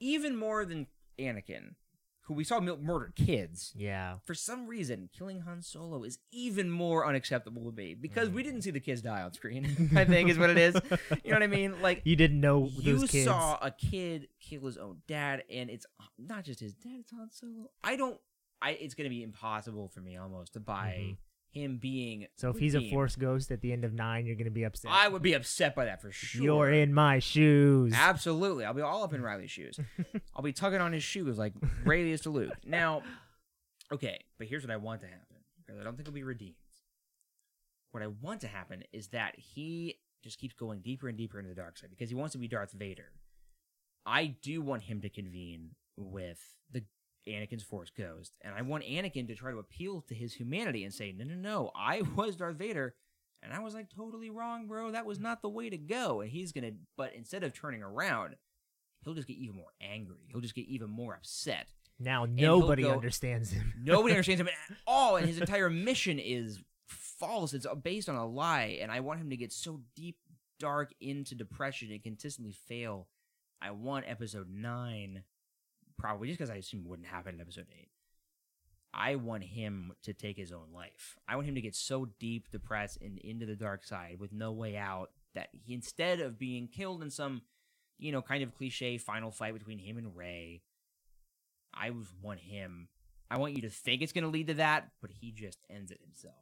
B: Even more than Anakin, who we saw mil- murder kids.
D: Yeah.
B: For some reason, killing Han Solo is even more unacceptable to me because we didn't see the kids die on screen. I think is what it is. You know what I mean? Like
D: You didn't know
B: you
D: those kids.
B: saw a kid kill his own dad, and it's uh, not just his dad; it's Han Solo. I don't. I. It's gonna be impossible for me almost to buy him being.
D: Mm-hmm. so if he's a
B: redeemed.
D: force ghost at the end of nine, you're going to be upset.
B: I would be upset by that for sure.
D: You're in my shoes.
B: Absolutely, I'll be all up in Riley's shoes. I'll be tugging on his shoes like Ray is to Luke. Now, okay, but here's what I want to happen because I don't think he'll be redeemed. What I want to happen is that he just keeps going deeper and deeper into the dark side because he wants to be Darth Vader. I do want him to convene with the Anakin's Force Ghost, and I want Anakin to try to appeal to his humanity and say, "No, no, no! I was Darth Vader, and I was like totally wrong, bro. That was not the way to go." And he's gonna, but instead of turning around, he'll just get even more angry. He'll just get even more upset.
D: Now
B: he'll
D: nobody
B: go-
D: understands him.
B: Nobody understands him at all, and his entire mission is false. It's based on a lie, and I want him to get so deep, dark into depression and consistently fail. I want episode nine, probably just because I assume it wouldn't happen in episode eight. I want him to take his own life. I want him to get so deep depressed and into the dark side with no way out that he, instead of being killed in some, you know, kind of cliche final fight between him and Ray, I would want him. I want you to think it's going to lead to that, but he just ends it himself.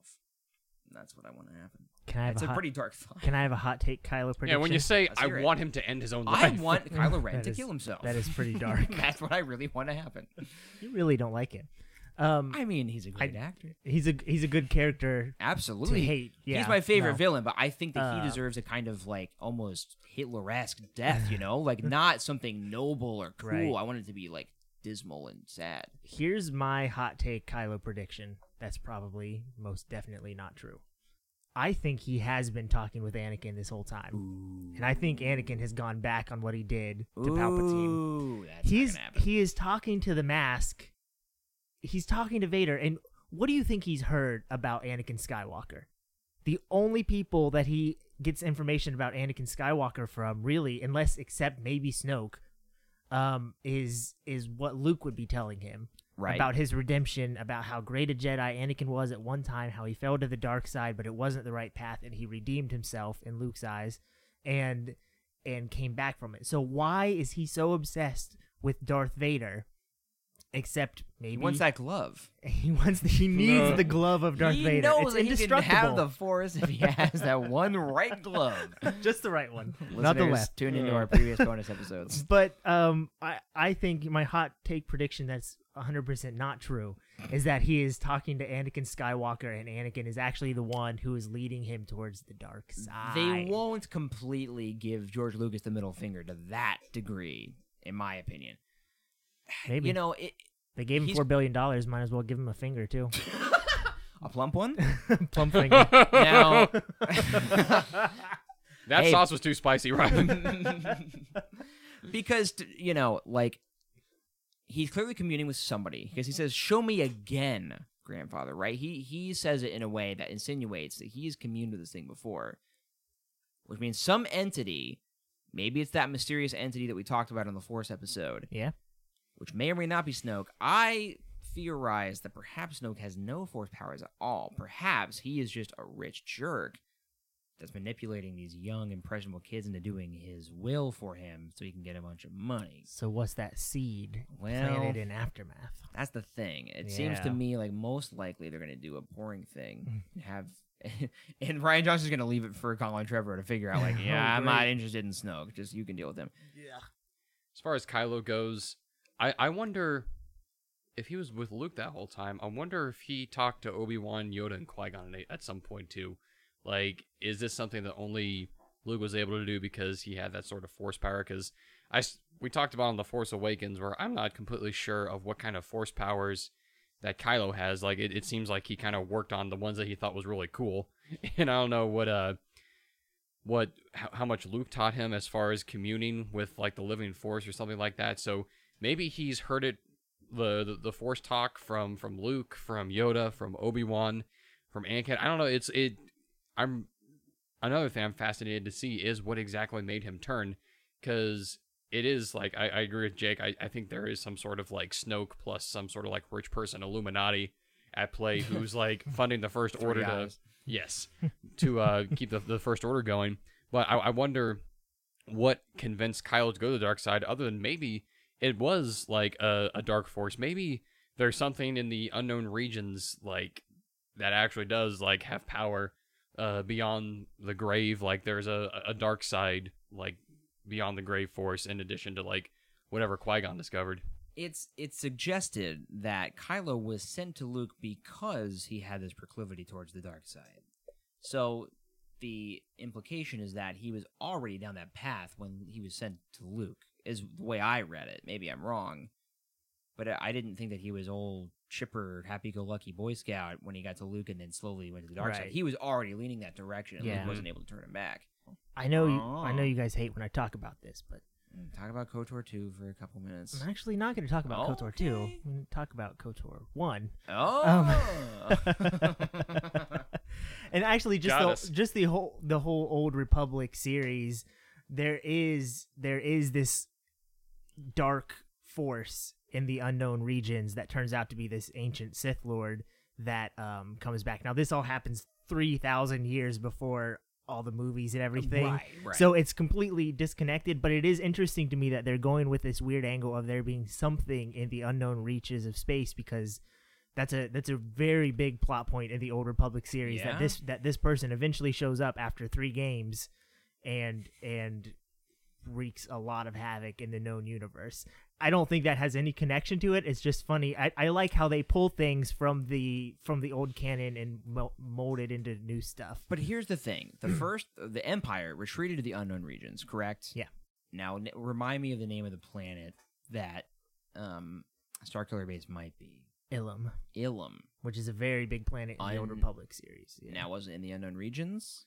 B: And that's what I want to happen.
D: Can I have
B: It's
D: a,
B: a
D: hot,
B: pretty dark thought.
D: Can I have a hot take, Kylo? Prediction?
C: Yeah, when you say
B: Let's
C: I
B: hear it.
C: want him to end his own
B: I
C: life,
B: want Kylo Ren
D: That
B: to
D: is-
B: kill himself.
D: that is pretty dark.
B: That's what I really want to happen.
D: you really don't like him. Um,
B: I mean, he's a great actor.
D: he's a he's a good character.
B: Absolutely.
D: To hate, yeah,
B: he's my favorite
D: no.
B: villain, but I think that
D: Uh,
B: he deserves a kind of like almost Hitler esque death, you know? Like not something noble or cool.
D: Right.
B: I want it to be like dismal and sad.
D: Here's my hot take, Kylo prediction. That's probably most definitely not true. I think he has been talking with Anakin this whole time, and I think Anakin has gone back on what he did to Palpatine.
B: Ooh, that's not
D: He's
B: gonna happen.
D: he is talking to the mask. He's talking to Vader, and what do you think he's heard about Anakin Skywalker? The only people that he gets information about Anakin Skywalker from, really, unless except maybe Snoke, um, is is what Luke would be telling him
B: Right.
D: about his redemption, about how great a Jedi Anakin was at one time, how he fell to the dark side, but it wasn't the right path, and he redeemed himself in Luke's eyes, and and came back from it. So why is he so obsessed with Darth Vader? Except
B: He
D: maybe
B: wants that glove.
D: he wants the, he needs the glove of Darth
B: he
D: Vader.
B: knows
D: it's
B: that he can
D: indestructible.
B: have the force if he has that one right glove.
D: just the right one, not
B: Listeners,
D: the left.
B: Tune into our previous bonus episodes.
D: But um, I I think my hot take prediction that's 100% not true is that he is talking to Anakin Skywalker and Anakin is actually the one who is leading him towards the dark side.
B: They won't completely give George Lucas the middle finger to that degree, in my opinion.
D: Maybe
B: You know, it,
D: they gave him
B: he's-
D: four billion dollars. Might as well give him a finger too.
B: a plump one.
D: Plump finger.
B: now,
C: that
B: Hey.
C: sauce was too spicy, Robin.
B: because t- you know, like he's clearly communing with somebody because he says, "Show me again, grandfather." Right? He he says it in a way that insinuates that he's communed with this thing before, which means some entity. Maybe it's that mysterious entity that we talked about in the Force episode.
D: yeah.
B: which may or may not be Snoke, I theorize that perhaps Snoke has no force powers at all. Perhaps he is just a rich jerk that's manipulating these young, impressionable kids into doing his will for him so he can get a bunch of money.
D: So what's that seed
B: Well-
D: planted in aftermath?
B: That's the thing. It seems to
D: Yeah. Mm.
B: me like most likely they're going to do a boring thing and have. and Ryan Johnson's going to leave it for Colin Trevor to figure out, like,
D: Oh,
B: yeah, I'm not
D: great.
B: interested in Snoke. Just you can deal with him.
C: as far as Kylo goes, I, I wonder if he was with Luke that whole time. I wonder if he talked to Obi Wan, Yoda, and Qui Gon at some point too. Like, is this something that only Luke was able to do because he had that sort of force power? Because I s- we talked about on the Force Awakens where I'm not completely sure of what kind of force powers that Kylo has. Like, it, it seems like he kind of worked on the ones that he thought was really cool, and I don't know what uh what how, how much Luke taught him as far as communing with like the living force or something like that. So maybe he's heard it the the, the force talk from from Luke, from Yoda, from Obi-Wan, from Anakin. I don't know, it's it I'm another thing I'm fascinated to see is what exactly made him turn cuz it is like I, I agree with Jake. I, I think there is some sort of like Snoke plus some sort of like rich person Illuminati at play who's like funding the first order to
B: eyes.
C: yes to uh, keep the, the first order going. But I, I wonder what convinced Kyle to go to the dark side, other than maybe it was like a, a dark force. Maybe there's something in the unknown regions like that actually does like have power uh, beyond the grave. Like there's a, a dark side like beyond the grave force in addition to like whatever Qui Gon discovered.
B: it's it's suggested that Kylo was sent to Luke because he had this proclivity towards the dark side. So the implication is that he was already down that path when he was sent to Luke, is the way I read it. Maybe I'm wrong, but I I didn't think that he was old chipper, happy-go-lucky Boy Scout when he got to Luke and then slowly went to the dark side.
D: Right.
B: He was already leaning that direction, and
D: Yeah.
B: Luke wasn't able to turn him back.
D: I know you, I know
B: Oh.
D: you guys hate when I talk about this, but
B: Mm, Talk about Kotor two for a couple minutes.
D: I'm actually not going to talk about KOTOR 2.
B: Okay.
D: I'm going to talk about KOTOR 1.
B: Oh.
D: Um, and actually just
C: Got
D: the,
C: us.
D: just the whole the whole old republic series there is there is this dark force in the unknown regions that turns out to be this ancient Sith Lord that um, comes back. Now, this all happens 3,000 years before all the movies and everything.
B: Right, right.
D: So it's completely disconnected, but it is interesting to me that they're going with this weird angle of there being something in the unknown reaches of space because that's a that's a very big plot point in the old republic series
B: Yeah.
D: that this that this person eventually shows up after 3 games and and wreaks a lot of havoc in the known universe. I don't think that has any connection to it. It's just funny. I, I like how they pull things from the from the old canon and mel- mold it into new stuff.
B: But here's the thing: the first, the Empire retreated to the unknown regions. Correct.
D: Yeah.
B: Now n- remind me of the name of the planet that um, Starkiller Base might be.
D: Ilum,
B: Ilum.
D: which is a very big planet in the old
B: Un-
D: Republic series. Yeah.
B: Now was it in the unknown regions?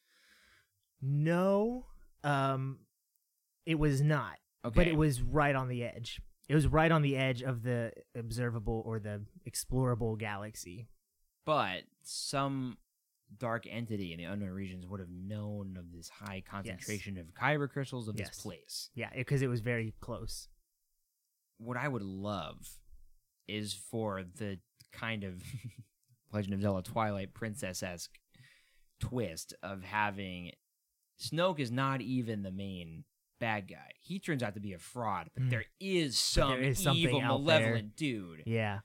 D: no, um, it was not.
B: Okay.
D: But it was right on the edge. It was right on the edge of the observable or the explorable galaxy.
B: But some dark entity in the unknown regions would have known of this high concentration of kyber crystals of
D: Yes.
B: this place.
D: Yeah, because it was very close.
B: what I would love is for the kind of Legend of Zelda Twilight Princess esque twist of having Snoke is not even the main bad guy. He turns out to be a fraud, but
D: Mm.
B: there is some
D: there is something
B: evil,
D: out
B: malevolent dude.
D: Yeah,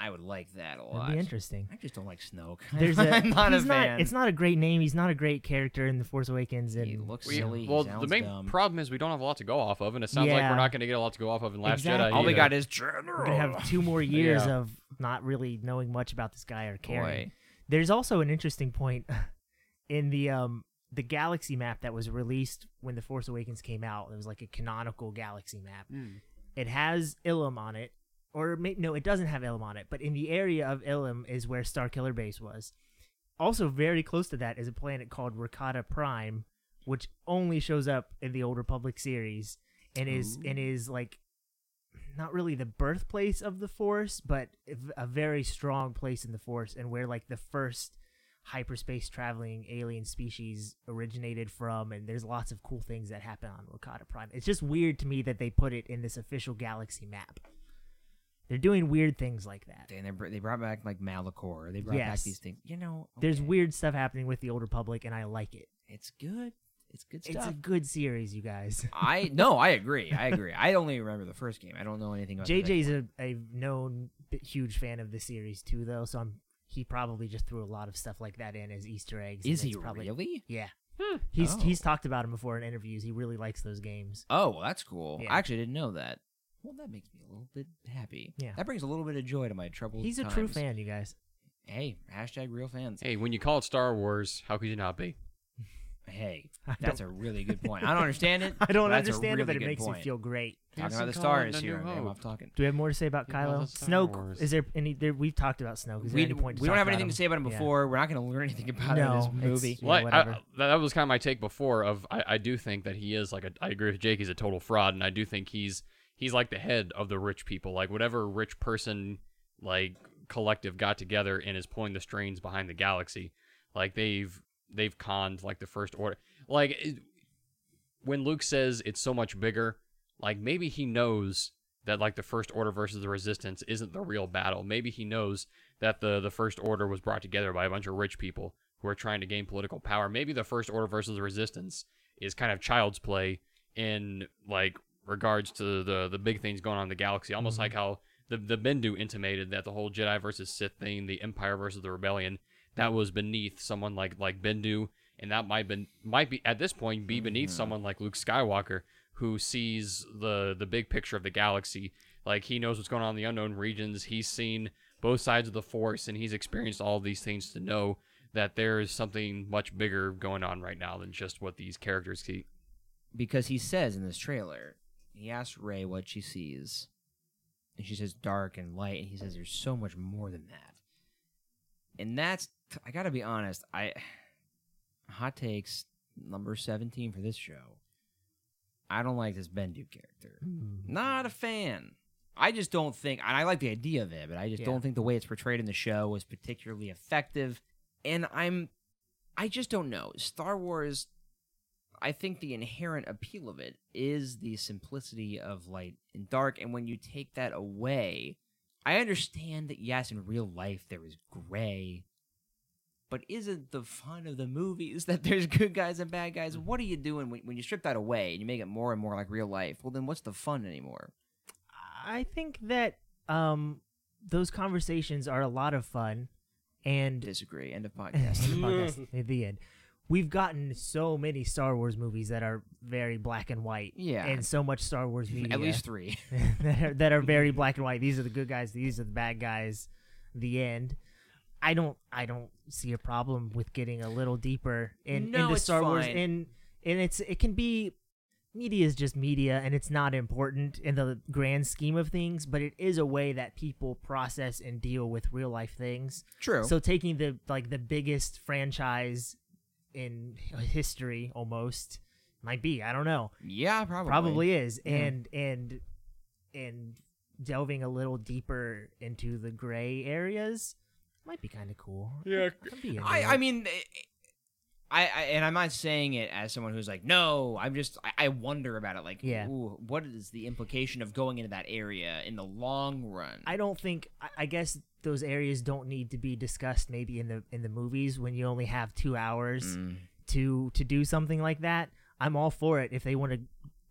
B: I would like that a lot.
D: that'd be interesting.
B: I just don't like Snoke.
D: There's a,
B: I'm not
D: he's
B: a
D: not,
B: fan.
D: It's not a great name. He's not a great character in The Force Awakens. And
B: He looks
C: We-
B: silly. he
C: well, the
B: sounds
C: main
B: dumb.
C: problem is we don't have a lot to go off of, and it sounds like
D: Yeah.
C: we're not going to get a lot to go off of in Last
D: Exactly.
C: Jedi.
B: All we
C: either.
B: got is
D: we're
B: General.
D: gonna have two more years
C: Yeah.
D: of not really knowing much about this guy or caring.
B: Boy.
D: There's also an interesting point in the um the galaxy map that was released when The Force Awakens came out. It was like a canonical galaxy map. It has Ilum on it, or may, no, it doesn't have Ilum on it. But in the area of Ilum is where Starkiller Base was. Also, very close to that is a planet called Rakata Prime, which only shows up in the Old Republic series and is and is like not really the birthplace of the Force, but v- a very strong place in the Force, and where like the first hyperspace traveling alien species originated from and there's lots of cool things that happen on Wakata Prime. It's just weird to me that they put it in this official galaxy map. They're doing weird things like that.
B: And they br- they brought back like Malachor. They brought back
D: Yes.
B: these things. You know,
D: There's
B: okay.
D: weird stuff happening with the Old Republic and I like it.
B: It's good. It's good
D: It's
B: stuff.
D: a good series, you guys.
B: I no, I agree. I agree. I only remember the first game. I don't know anything about the next
D: JJ's a, a known b- huge fan of the series too, though. So I'm he probably just threw a lot of stuff like that in as Easter eggs. and
B: Is he
D: it's probably,
B: really?
D: Yeah,
C: Hmm.
D: he's
B: Oh.
D: he's talked about him before in interviews. He really likes those games.
B: Oh, well, that's cool.
D: Yeah.
B: I actually didn't know that. Well, that makes me a little bit happy.
D: Yeah.
B: that brings a little bit of joy to my troubled.
D: He's a true
B: times.
D: fan, you guys.
B: Hey, hashtag real fans.
C: Hey, when you call it Star Wars, how could you not be?
B: Hey,
D: I
B: that's a really good point. I don't understand it.
D: I don't
B: but that's a
D: understand
B: really
D: it, but it
B: good
D: makes
B: point.
D: you feel great.
B: Talking
C: Yes,
B: about the
C: and call it
B: stars
C: A New
B: here. I'm
C: Hope.
B: off talking.
D: Do we have more to say about
C: You know,
D: Kylo?
C: the Star
D: Snoke?
C: Wars.
D: Is there any? There, we've talked about Snoke. Is there
B: We,
D: any point? To
B: we don't
D: talk
B: have
D: about
B: anything
D: him?
B: to say about him
D: Yeah.
B: before. We're not going to learn anything about it
D: No,
B: in this movie.
D: it's- Yeah,
C: Well, I, I,
D: whatever.
C: that- that was kind of my take before. Of I, I do think that he is like a, I agree with Jake. He's a total fraud, and I do think he's he's like the head of the rich people. Like whatever rich person like collective got together and is pulling the strings behind the galaxy. Like they've they've conned like the first order. Like it, when Luke says it's so much bigger, like maybe he knows that like the first order versus the resistance isn't the real battle. Maybe he knows that the the first order was brought together by a bunch of rich people who are trying to gain political power. Maybe the first order versus the resistance is kind of child's play in like regards to the the big things going on in the galaxy. Almost like how the the Bendu intimated that the whole Jedi versus Sith thing, the Empire versus the Rebellion, that was beneath someone like like Bendu, and that might been might be at this point be beneath someone like Luke Skywalker who sees the the big picture of the galaxy. Like he knows what's going on in the unknown regions. He's seen both sides of the force, and he's experienced all these things to know that there is something much bigger going on right now than just what these characters see.
B: because he says in this trailer, he asks Ray what she sees, and she says dark and light, and he says there's so much more than that. And that's I gotta be honest, I hot takes number seventeen for this show. I don't like this Bendu character. Not a fan. I just don't think, and I like the idea of it, but I just
D: Yeah.
B: don't think the way it's portrayed in the show was particularly effective. And I'm, I just don't know. Star Wars I think the inherent appeal of it is the simplicity of light and dark, and when you take that away, I understand that yes, in real life there is gray, but isn't the fun of the movies that there's good guys and bad guys? What are you doing when, when you strip that away and you make it more and more like real life? Well, then what's the fun anymore?
D: I think that um, those conversations are a lot of fun, and
B: Disagree. End of
D: podcast,
B: podcast.
D: the
B: Mm.
D: podcast, at the end. We've gotten so many Star Wars movies that are very black and white,
B: Yeah.
D: and so much Star Wars media
B: At least three.
D: that, are, that are very black and white. These are the good guys, these are the bad guys. The end. I don't, I don't see a problem with getting a little deeper in
B: No,
D: into
B: it's
D: Star Wars,
B: fine.
D: and and it's it can be media is just media, and it's not important in the grand scheme of things, but it is a way that people process and deal with real life things.
B: True.
D: So taking the like the biggest franchise in history almost might be, I don't know.
B: yeah, probably.
D: Probably is. And and and delving a little deeper into the gray areas might be kind of cool.
E: Yeah,
D: I'd be into
B: I,
D: it.
B: I mean, eh, I, I and I'm not saying it as someone who's like, no, I'm just I, I wonder about it. Like,
D: Yeah.
B: ooh, what is the implication of going into that area in the long run?
D: I don't think I- I guess those areas don't need to be discussed maybe in the in the movies when you only have 2
B: Mm.
D: hours to to do something like that. I'm all for it if they want to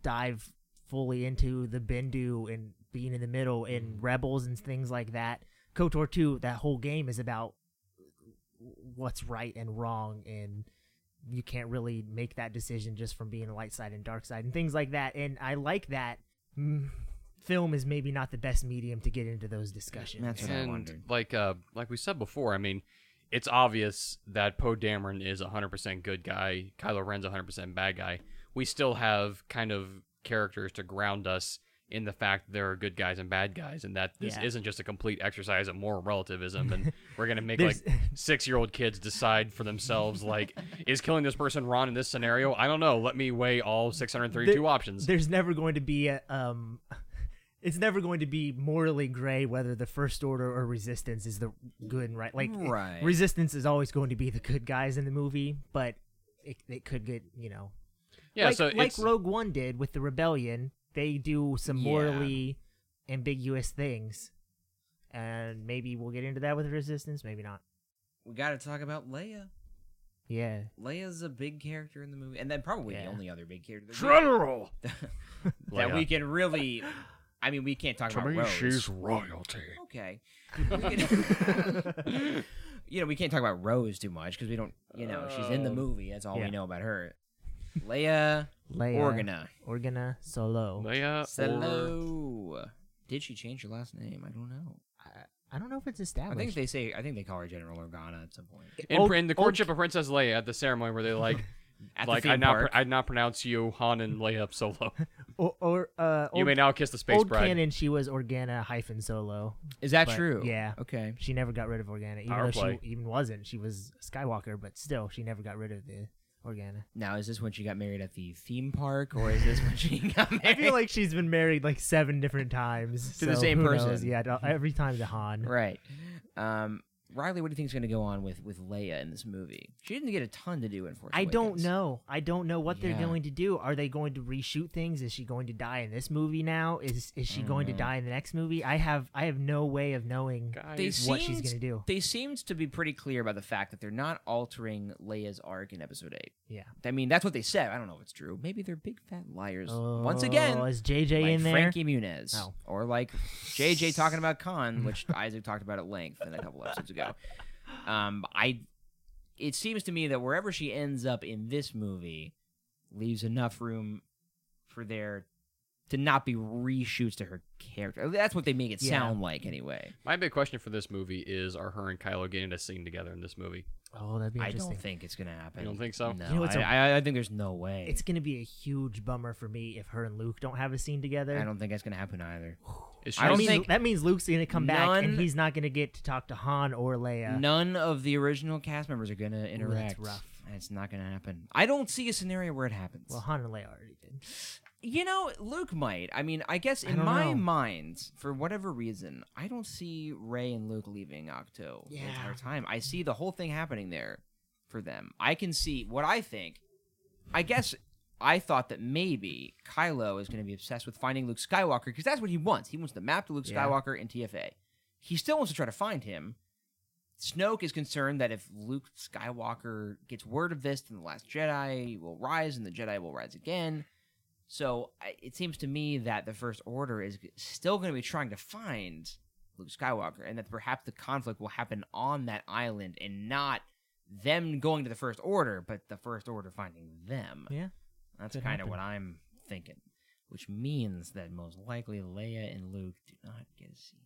D: dive fully into the Bendu and being in the middle and rebels and things like that. KOTOR 2, that whole game is about what's right and wrong and you can't really make that decision just from being light side and dark side and things like that. And I like that. Mm, film is maybe not the best medium to get into those discussions.
B: That's what I
C: and
B: wondered.
C: like uh like we said before, I mean, it's obvious that Poe Dameron is 100% good guy, Kylo Ren's 100% bad guy. We still have kind of characters to ground us in the fact there are good guys and bad guys and that this
D: Yeah.
C: isn't just a complete exercise of moral relativism and we're going to make like
D: There's-
C: 6-year-old kids decide for themselves like is killing this person wrong in this scenario? I don't know. Let me weigh all 632
D: There-
C: options.
D: There's never going to be a um it's never going to be morally gray whether the first order or resistance is the good and right. Like
B: Right.
D: resistance is always going to be the good guys in the movie, but it, it could get, you know,
C: yeah,
D: like,
C: so
D: like
C: it's
D: Rogue One did with the rebellion, they do some
B: Yeah.
D: morally ambiguous things. And maybe we'll get into that with resistance, maybe not.
B: we got to talk about Leia.
D: Yeah.
B: Leia's a big character in the movie, and then probably
D: Yeah.
B: the only other big character that, we,
E: general.
B: that we
C: Leia.
B: can really. I mean, we can't talk
E: To
B: about
E: me,
B: Rose.
E: she's royalty.
B: okay. We can- you know, we can't talk about Rose too much because we don't. You know, she's in the movie. That's all
D: Yeah.
B: we know about her. Leia
D: Leia
B: Organa.
D: Organa Solo.
C: Leia or-
B: Hello. Did she change her last name? I don't know.
D: I don't know if it's
B: I
D: established.
B: think they say I think they call her General Organa at some point.
C: in,
D: Old-
C: in the
D: old-
C: courtship of Princess Leia at the ceremony where they like,
B: At the
C: like
B: theme
C: I now
B: park.
C: I now pronounce you Han and Leia Solo.
D: or, or uh
C: you
D: old-
C: may now kiss the space
D: old
C: bride.
D: canon, she was Organa hyphen Solo.
B: Is that
D: But,
B: true?
D: yeah.
B: Okay.
D: She never got rid of Organa, even
C: Power
D: though
C: play.
D: she even wasn't. She was Skywalker, but still, she never got rid of the Organa.
B: Now is this when she got married at the theme park, or is this when she got married?
D: I feel like she's been married like seven different times
B: To the
D: so
B: same
D: who knows?
B: person.
D: Yeah, to- every time to Han.
B: right. Um, Riley, what do you think is going to go on with with Leia in this movie? She didn't get a ton to do in Force
D: I don't
B: Awakens.
D: know. I don't know what
B: Yeah.
D: they're going to do. Are they going to reshoot things? Is she going to die in this movie now? Is is she going to
B: Mm.
D: die in the next movie? I have I have no way of knowing.
B: They
C: Guys,
D: is what she's
B: seemed-
D: gonna do.
B: They seemed to be pretty clear about the fact that they're not altering Leia's arc in Episode Eight.
D: Yeah.
B: I mean, that's what they said. I don't know if it's true. Maybe they're big fat liars. Once again,
D: Oh, is JJ
B: like
D: in there?
B: Frankie Muniz,
D: Oh.
B: or like JJ talking about Khan, which Isaac talked about at length in a couple episodes ago. Um, I, it seems to me that wherever she ends up in this movie, leaves enough room for there to not be reshoots to her character. That's what they make it
D: Yeah.
B: sound like, anyway.
C: my big question for this movie is: Are her and Kylo getting to sing together in this movie?
D: Oh, that'd be
B: I
D: interesting.
B: don't think it's gonna happen.
C: You don't think so?
B: No,
D: You know, it's
B: I
D: a-
B: I- I think there's no way.
D: It's gonna be a huge bummer for me if her and Luke don't have a scene together.
B: I don't think that's gonna happen either.
C: Is she
B: I don't
D: that means,
B: think-
D: that means Luke's gonna come back
B: None-
D: and he's not gonna get to talk to Han or Leia.
B: None of the original cast members are gonna interact.
D: rough.
B: It's not gonna happen. I don't see a scenario where it happens.
D: Well, Han and Leia already did.
B: You know, Luke might. I mean, I guess
D: I
B: in
D: don't
B: my
D: know.
B: mind, for whatever reason, I don't see Ray and Luke leaving Octo the
D: Yeah.
B: entire time. I see the whole thing happening there for them. I can see what I think. I guess I thought that maybe Kylo is going to be obsessed with finding Luke Skywalker because that's what he wants. He wants the map to Luke
D: Yeah.
B: Skywalker and TFA. He still wants to try to find him. Snoke is concerned that if Luke Skywalker gets word of this, then the Last Jedi will rise and the Jedi will rise again. So I- it seems to me that the First Order is g- still going to be trying to find Luke Skywalker, and that perhaps the conflict will happen on that island and not them going to the First Order, but the First Order finding them.
D: Yeah.
B: That's
D: Could
B: kind of
D: happen.
B: what I'm thinking, which means that most likely Leia and Luke do not get a scene.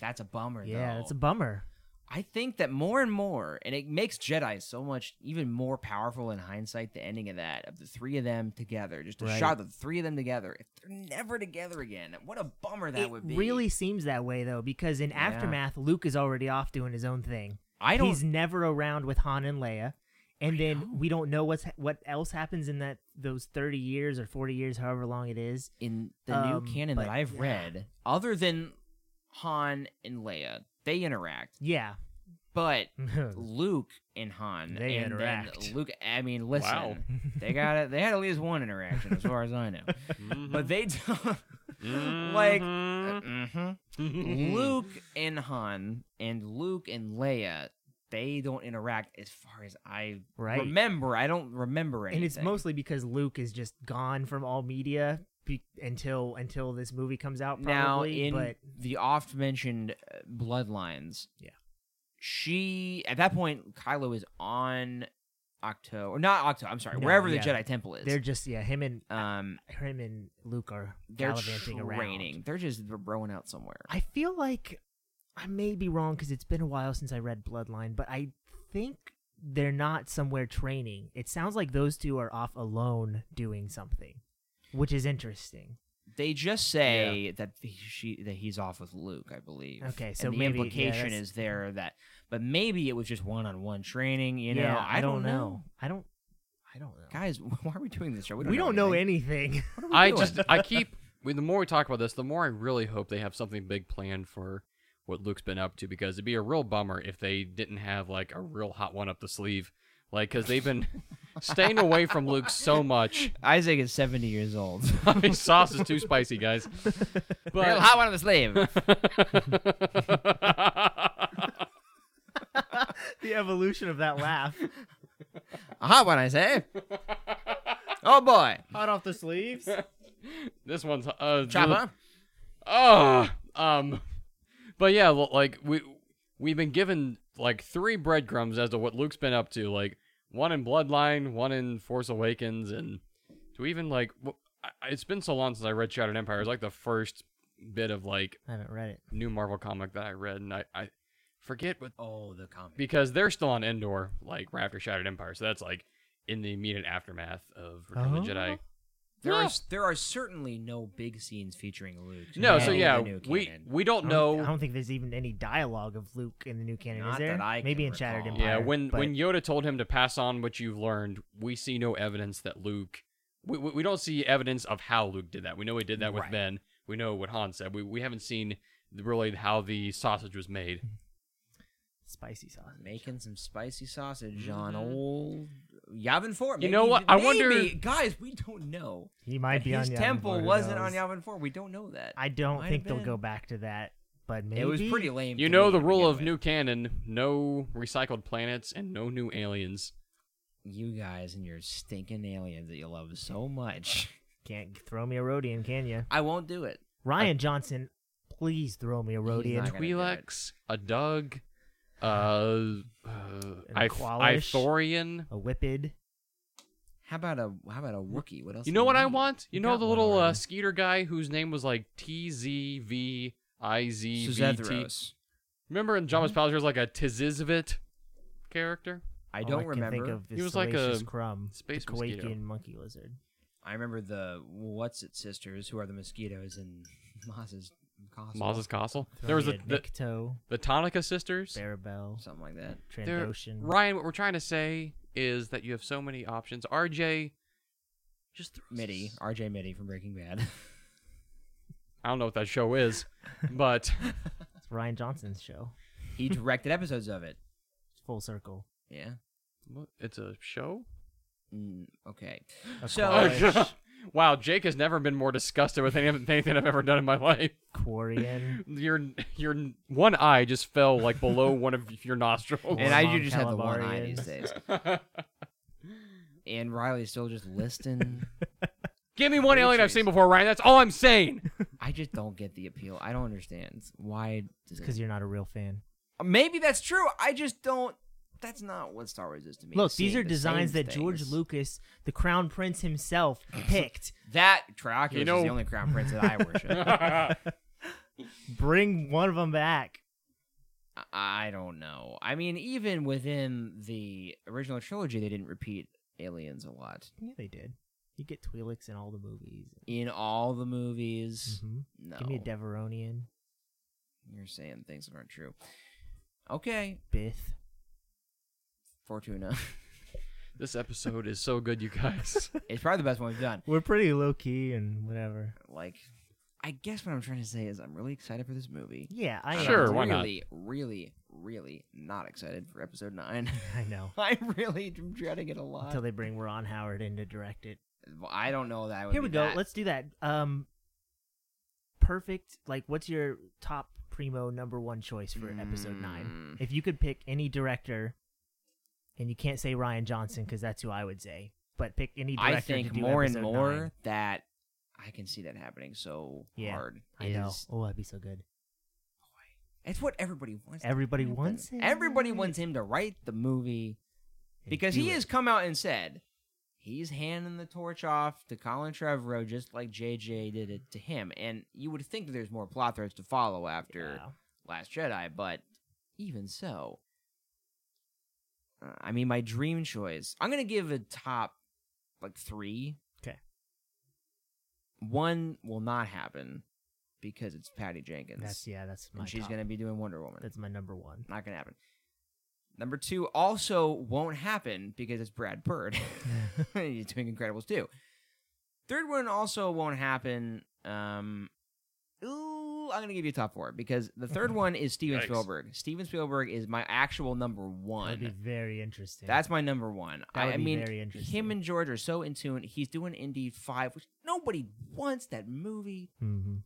B: That's a bummer,
D: Yeah,
B: though.
D: that's a bummer.
B: I think that more and more, and it makes Jedi so much even more powerful in hindsight. The ending of that, of the three of them together, just a
D: Right.
B: shot of the three of them together. If they're never together again, what a bummer that
D: it
B: would be.
D: really seems that way though, because in
B: Yeah.
D: aftermath, Luke is already off doing his own thing.
B: I don't.
D: He's never around with Han and Leia, and then we don't know what's what else happens in that those thirty years or forty years, however long it is.
B: in the
D: Um,
B: new canon that
D: but-
B: I've
D: yeah.
B: read, other than Han and Leia, they interact,
D: Yeah,
B: but Luke and Han,
D: They
B: and then
D: interact.
B: Luke, I mean, listen,
C: Wow.
B: they got it. They had at least one interaction, as far as I know, but they don't. like, mhm.
D: Mm-hmm.
B: Luke and Han, and Luke and Leia. They don't interact as far as I
D: Right.
B: remember. I don't remember anything.
D: and it's mostly because Luke is just gone from all media be- until until this movie comes out. Probably,
B: now in
D: but
B: the oft mentioned bloodlines
D: Yeah.
B: she at that point kylo is on octo or not octo i'm sorry
D: No,
B: wherever the
D: yeah.
B: jedi temple is
D: they're just yeah, him and
B: um
D: him and Luke are
B: they're
D: gallivanting
B: training
D: around.
B: they're just rowing out somewhere
D: I feel like I may be wrong because it's been a while since I read Bloodline, but I think they're not somewhere training. It sounds like those two are off alone doing something, which is interesting.
B: they just say that he, she that he's off with luke i believe
D: Okay,
B: And
D: so
B: the
D: maybe- yeah,
B: implication
D: that's-
B: is there that but maybe it was just one-on-one training you know
D: yeah,
B: i, don't, know.
D: I don't. I don't know.
B: guys why are we doing this show
D: we don't know anything.
B: What are we
C: I
B: doing?
C: just I keep with the more we talk about this, the more I really hope they have something big planned for what Luke's been up to because it'd be a real bummer if they didn't have like a real hot one up the sleeve, like because they've been staying away from Luke so much.
B: isaac is 70 years old
C: Sauce is too spicy, guys.
B: Real
C: But
B: hot one on the slave.
D: the evolution of that laugh.
B: A hot one, I say. oh boy,
D: Hot off the sleeves.
C: this one's uh,
B: chopper.
C: Oh, um, but yeah, l- like we we've been given like three breadcrumbs as to what Luke's been up to. Like one in Bloodline, one in Force Awakens, and to even like w- I- it's been so long since I read Shattered Empire. It's like the first bit of like
D: I haven't read it.
C: new Marvel comic that I read, and I I forget what
B: Oh, the comic.
C: because they're still on Endor like right after Shattered Empire, so that's like in the immediate aftermath of Return of the
D: Oh.
C: Jedi.
B: There
C: Yeah.
B: are there are certainly no big scenes featuring Luke.
C: No,
B: in
C: so
B: the
C: yeah,
B: new
C: we
B: canon.
C: we don't
D: I
C: know.
D: don't- I don't think there's even any dialogue of Luke in the new canon.
B: Not
D: is there?
B: that I
D: Maybe
B: can
D: in Shattered
B: recall.
D: Empire.
C: Yeah, when
D: but-
C: when Yoda told him to pass on what you've learned, we see no evidence that Luke. We, we, we don't see evidence of how Luke did that. We know he did that with
B: Right.
C: Ben. We know what Han said. We we haven't seen the- really how the sausage was made.
D: spicy sauce.
B: making some spicy sausage on old Yavin Four.
C: Mm-hmm. You know what? I wonder-
B: maybe- guys, we don't know.
D: He might be on
B: His
D: Yavin
B: temple
D: 4, who
B: wasn't on
D: knows?
B: Yavin Four. We don't know that.
D: I don't
B: Might
D: think
B: have
D: they'll
B: been.
D: go back to that, but maybe
B: It was pretty lame.
C: You
B: to
C: know
B: me
C: the
B: to
C: rule
B: begin
C: of
B: with.
C: new canon: no recycled planets and no new aliens.
B: You guys and your stinking aliens that you love so much.
D: Can't throw me a Rodian, can you?
B: I won't do it.
D: Ryan Johnson, please throw me a
B: not
D: Rodian.
B: gonna do it.
C: Twi'lek, a Doug, uh, uh I,
D: Qualish.
C: Ithorian.
D: A Whipped.
B: How about a how about a Wookiee? What else?
C: You
B: do
C: know
B: we
C: what I
B: need?
C: want? You
D: You
C: know
D: got
C: the
D: one
C: little uh,
D: already.
C: skeeter guy whose name was like T Z V I Z V T.
B: Suzethros.
C: Remember in
B: Mm-hmm.
C: Jabba's Palace, there was like a Tizizvit character.
B: I
D: All
B: don't
D: Oh, I can
B: remember.
D: Think of is
C: He was like a
D: Salacious crumb,
C: space
D: the
C: mosquito.
D: Kowakian monkey lizard.
B: I remember the what's it sisters who are the mosquitoes in Maz's castle.
C: Maz's Castle.
D: Throw
C: There was
D: me
C: a,
D: a
C: the,
D: Nikto,
C: the Tonica sisters.
D: Barabel,
B: something like that.
C: There-
D: Trandoshan.
C: Ryan, what we're trying to say is that you have so many options. RJ, just throw
B: Mitty,
C: s-
B: RJ Mitty from Breaking Bad.
C: I don't know what that show is, but
D: It's Ryan Johnson's show.
B: he directed episodes of it.
D: It's full circle.
B: Yeah.
C: What? it's a show.
B: Mm, okay. So
C: Wow, Jake has never been more disgusted with any, anything I've ever done in my life.
D: Quarian.
C: Your your one eye just fell like below one of your nostrils.
B: and I do just have the one eye
D: Calabarians.
B: these days. and Riley's still just listing.
C: Give me one alien I've seen before, Ryan. That's all I'm saying.
B: I just don't get the appeal. I don't understand why. Does it...
D: Because you're not a real fan.
B: Maybe that's true. I just don't. That's not what Star Wars is to me.
D: Look,
B: Seeing
D: these are
B: the
D: designs
B: same
D: that George
B: things.
D: Lucas, the crown prince himself, picked.
B: That Trioculus
C: You know-
B: is the only crown prince that I worship.
D: Bring one of them back.
B: I- I don't know. I mean, even within the original trilogy, they didn't repeat aliens a lot
D: Yeah, they did. You get Twi'leks in all the movies.
B: in all the movies.
D: Mhm.
B: No,
D: Give me a Deveronian,
B: you're saying things that aren't true. Okay,
D: Bith.
B: Fortuna.
C: This episode is so good, you guys.
B: it's probably the best one we've done.
D: We're pretty low key and whatever.
B: Like, I guess what I'm trying to say is I'm really excited for this movie.
D: Yeah, I am.
C: Sure,
B: I'm
C: why not?
B: really, really, really not excited for episode nine.
D: I know.
B: I really am dreading it a lot.
D: Until they bring Ron Howard in to direct it.
B: Well, I don't know that. I would
D: Here we
B: be
D: go.
B: that-
D: Let's do that. Um, perfect. Like, what's your top primo number one choice for episode nine?
B: Mm.
D: If you could pick any director, and you can't say Ryan Johnson because that's who I would say, but pick any director.
B: I think
D: to do
B: more and
D: episode
B: more
D: nine.
B: that I can see that happening so
D: Yeah,
B: hard.
D: I know.
B: is-
D: Oh, that'd be so good.
B: It's what everybody wants. to
D: Everybody
B: happen.
D: wants it.
B: Everybody wants him to write the movie
D: And
B: because
D: do
B: he
D: it.
B: has come out and said he's handing the torch off to Colin Trevorrow just like JJ did it to him. And you would think that there's more plot threads to follow after
D: Yeah.
B: Last Jedi, but even so, uh, I mean, my dream choice. I'm gonna give a top like three.
D: 'Kay.
B: One will not happen because it's Patty Jenkins,
D: That's yeah. That's my.
B: and she's
D: top.
B: gonna be doing Wonder Woman.
D: That's my number one.
B: not gonna happen. Number two also won't happen because it's Brad Bird. He's doing Incredibles too. Third one also won't happen. Um, ooh, I'm gonna give you a top four because the third one is Steven
C: Yikes.
B: Spielberg. Steven Spielberg is my actual number
D: That'd be
B: one.
D: very interesting.
B: That's my number one.
D: That
B: I,
D: would
B: I
D: be
B: mean,
D: very interesting.
B: him and George are so in tune. He's doing Indie Five, which nobody wants that movie.
D: hmm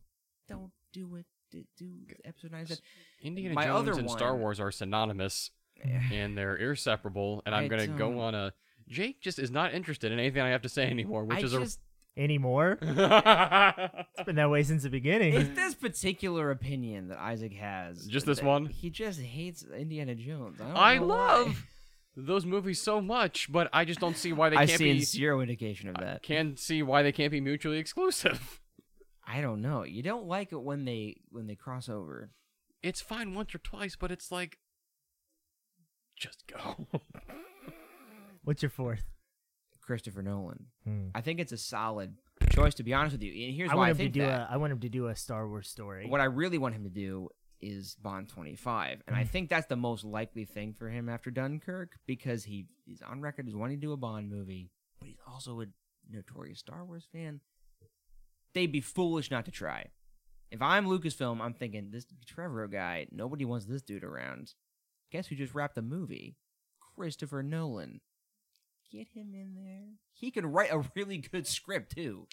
B: Don't do it. Do- Do episode nine. instead.
C: Indiana
B: My
C: Jones
B: other
C: and Star
B: one-
C: Wars are synonymous,
B: Yeah.
C: and they're irseparable. And
B: I
C: I'm gonna
B: don't-
C: go on a. Jake just is not interested in anything I have to say anymore, which
B: I
C: is
B: just
D: anymore.
C: a.
D: It's been that way since the beginning.
B: It's this particular opinion that Isaac has.
C: Just this
B: that
C: one?
B: He just hates Indiana Jones. I, don't
C: I
B: know why.
C: love those movies so much, but I just don't see why they
B: I've
C: can't
B: seen
C: be.
B: zero indication of
C: I
B: that.
C: can't see why they can't be mutually exclusive.
B: I don't know. You don't like it when they when they cross over.
C: It's fine once or twice, but it's like, just go.
D: What's your fourth?
B: Christopher Nolan.
D: Hmm.
B: I think it's a solid choice to be honest with you. And here's
D: I
B: why
D: want
B: I
D: him to
B: think
D: do
B: that.
D: a. I want him to do a Star Wars story.
B: What I really want him to do is Bond 25, and I think that's the most likely thing for him after Dunkirk because he he's on record as wanting to do a Bond movie, but he's also a notorious Star Wars fan. They'd be foolish not to try. If I'm Lucasfilm, I'm thinking this Trevorrow guy. Nobody wants this dude around. Guess who just wrapped the movie? Christopher Nolan. Get him in there. He could write a really good script too.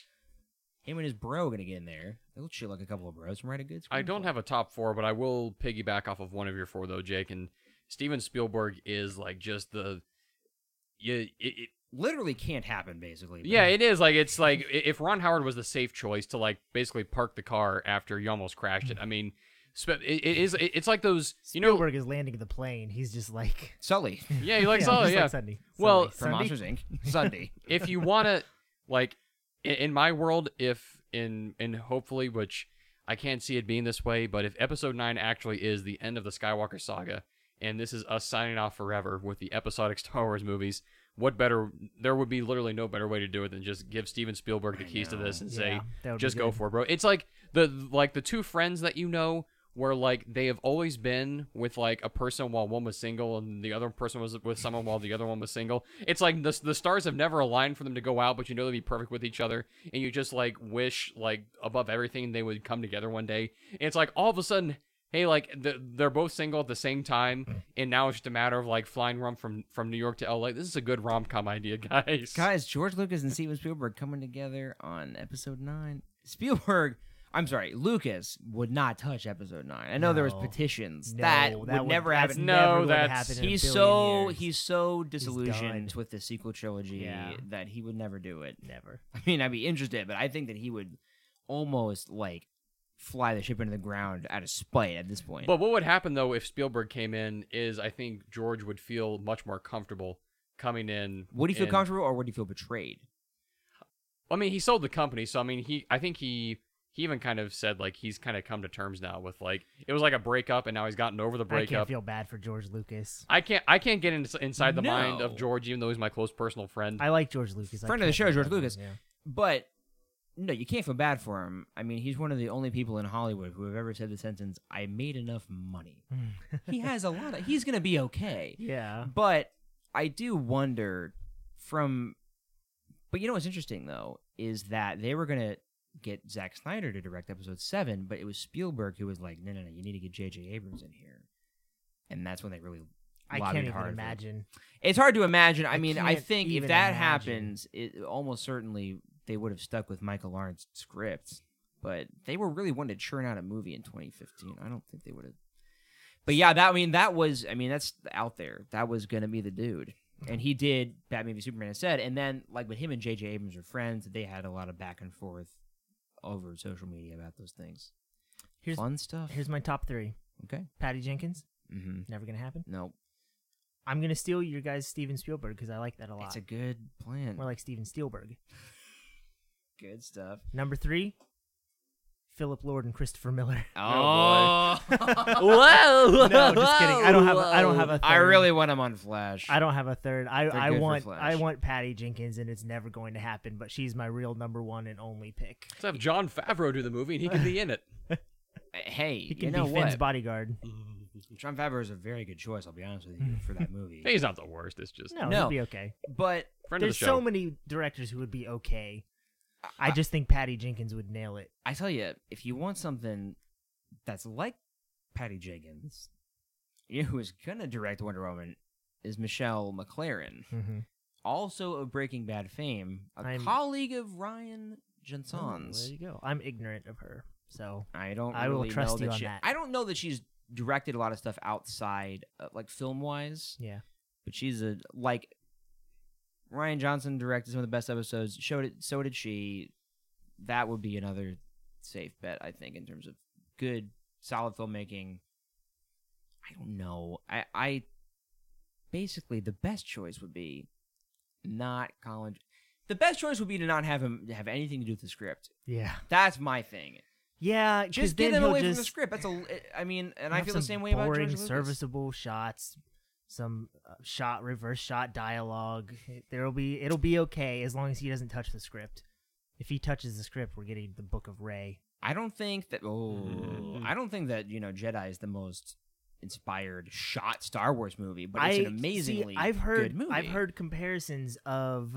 B: Him and his bro gonna get in there. They'll chill like a couple of bros and write a good script.
C: I don't have a top four, but I will piggyback off of one of your four though, Jake. And Steven Spielberg is like just the, yeah, it, it,
B: literally can't happen basically. but-
C: yeah, it is like it's like i- if Ron Howard was the safe choice to like basically park the car after you almost crashed it. I mean, spe- it, it is it, it's like those you know
D: Spielberg is landing the plane. He's just like.
B: Sully
C: yeah you like
D: Yeah,
C: oh
D: just like
C: yeah
D: Sunday.
C: well
B: from
D: Sunday?
B: Monsters Inc. Sunday.
C: if you want to like i- in my world if in in hopefully which i can't see it being this way but if episode 9 actually is the end of the skywalker saga and this is us signing off forever with the episodic star wars movies what better there would be literally no better way to do it than just give steven spielberg the keys to this and
D: Yeah, that
C: say
D: would be
C: just go
D: good.
C: for it bro it's like the like the two friends that you know where like they have always been with like a person while one was single and the other person was with someone while the other one was single. It's like the the stars have never aligned for them to go out, but you know they'd be perfect with each other, and you just like wish like above everything they would come together one day. And it's like all of a sudden, hey, like th- they're both single at the same time, and now it's just a matter of like flying rum from from New York to L.A. This is a good rom com idea, guys.
B: Guys, George Lucas and Steven Spielberg coming together on episode nine. Spielberg, I'm sorry, Lucas would not touch episode nine. I know there was
D: No.
B: petitions
D: No,
B: that, would, never
D: that's
B: happen.
C: No,
D: never gonna
C: that's-
D: happen in a
B: He's
D: billion
B: so
D: years.
B: he's so
D: done.
B: disillusioned with the sequel trilogy
D: Yeah.
B: that he would never do it.
D: never.
B: I mean, I'd be interested, but I think that he would almost like fly the ship into the ground out of spite at this point.
C: But what would happen though if Spielberg came in is I think George would feel much more comfortable coming in.
B: would he feel
C: and-
B: comfortable or would he feel betrayed?
C: I mean, he sold the company, so I mean, he I think he he even kind of said like he's kind of come to terms now with like it was like a breakup, and now he's gotten over the
D: I can't
C: breakup.
D: feel bad for George Lucas.
C: I can't I can't get in, inside the mind
B: No.
C: of George, even though he's my close personal friend.
D: I like George Lucas. I
B: Mm. Friend of the
D: can't
B: show,
D: feel
B: George
D: bad for him,
B: Lucas.
D: yeah.
B: But no, you can't feel bad for him. I mean, he's one of the only people in Hollywood who have ever said the sentence, "I made enough money." he has a lot of. He's gonna be okay.
D: Hmm. Yeah.
B: But I do wonder from. But you know what's interesting though is that they were gonna get Zack Snyder to direct episode seven, but it was Spielberg who was like, "No, no, no, you need to get J.J. Abrams in here," and that's when they really.
D: I
B: lobbied
D: can't even
B: hard for-
D: imagine.
B: it's hard to imagine. I,
D: I
B: mean, I
D: can't
B: think if
D: even
B: that
D: imagine.
B: happens, it almost certainly they would have stuck with Michael Lawrence's script. But they were really wanting to churn out a movie in 2015. I don't think they would have. But yeah, that I mean, that was I mean, that's out there. That was gonna be the dude, and he did Batman v Superman instead. And then like with him and J.J. Abrams were friends. They had a lot of back and forth over social media about those things.
D: Here's
B: Fun stuff.
D: here's my top three.
B: okay.
D: Patty Jenkins.
B: Mm-hmm.
D: Never gonna happen.
B: No,
D: I'm gonna steal your guys Steven Spielberg because I like that a lot.
B: it's a good plan.
D: More like Steven Spielberg.
B: good stuff.
D: Number three. Philip Lord and Christopher Miller.
B: Oh,
C: Whoa!
D: no, Oh, just kidding. I don't have. I don't have a. Third.
B: I really want him on Flash.
D: I don't have a third. I,
B: They're
D: I
B: good for
D: want
B: Flash.
D: I want Patty Jenkins, and it's never going to happen. But she's my real number one and only pick.
C: Let's have John Favreau do the movie, and he can be in it.
B: hey,
D: He
B: you
D: can
B: know
D: be
B: what?
D: Finn's bodyguard.
B: John Favreau is a very good choice. I'll be honest with
D: Mm.
B: you for that movie.
C: He's not the worst. It's just
D: No,
B: No.
D: he'll be okay.
B: But
C: friend
D: There's
C: of the show.
D: so many directors who would be okay. I just think Patty Jenkins would nail it.
B: I tell you, if you want something that's like Patty Jenkins, you know who is gonna direct Wonder Woman is Michelle McLaren,
D: Mm-hmm.
B: also of Breaking Bad fame, a
D: I'm-
B: colleague of Ryan
D: Oh, there
B: Jensen's.
D: you go. I'm ignorant of her, so
B: I don't.
D: I will
B: really
D: trust
B: know
D: you
B: that
D: on
B: she-
D: that.
B: I don't know that she's directed a lot of stuff outside, uh, like film wise.
D: yeah.
B: but she's a like Ryan Johnson directed some of the best episodes. Showed it, so did she. That would be another safe bet, I think, in terms of good, solid filmmaking. I don't know. I, I basically the best choice would be not Colin. The best choice would be to not have him have anything to do with the script.
D: Yeah.
B: That's my thing.
D: Yeah. 'cause
B: Just get
D: then
B: him
D: he'll
B: away
D: just
B: from the script. That's a. I mean, and I
D: have
B: feel the
D: some
B: same way about
D: boring,
B: George Lucas.
D: serviceable shots, some uh, shot reverse shot dialogue. There'll be it'll be okay as long as he doesn't touch the script. If he touches the script, we're getting the Book of Ray.
B: I don't think that. Oh,
D: Mm-hmm.
B: I don't think that you know Jedi is the most inspired shot Star Wars movie, but it's
D: I
B: an amazingly
D: see, I've heard
B: good movie.
D: I've heard comparisons of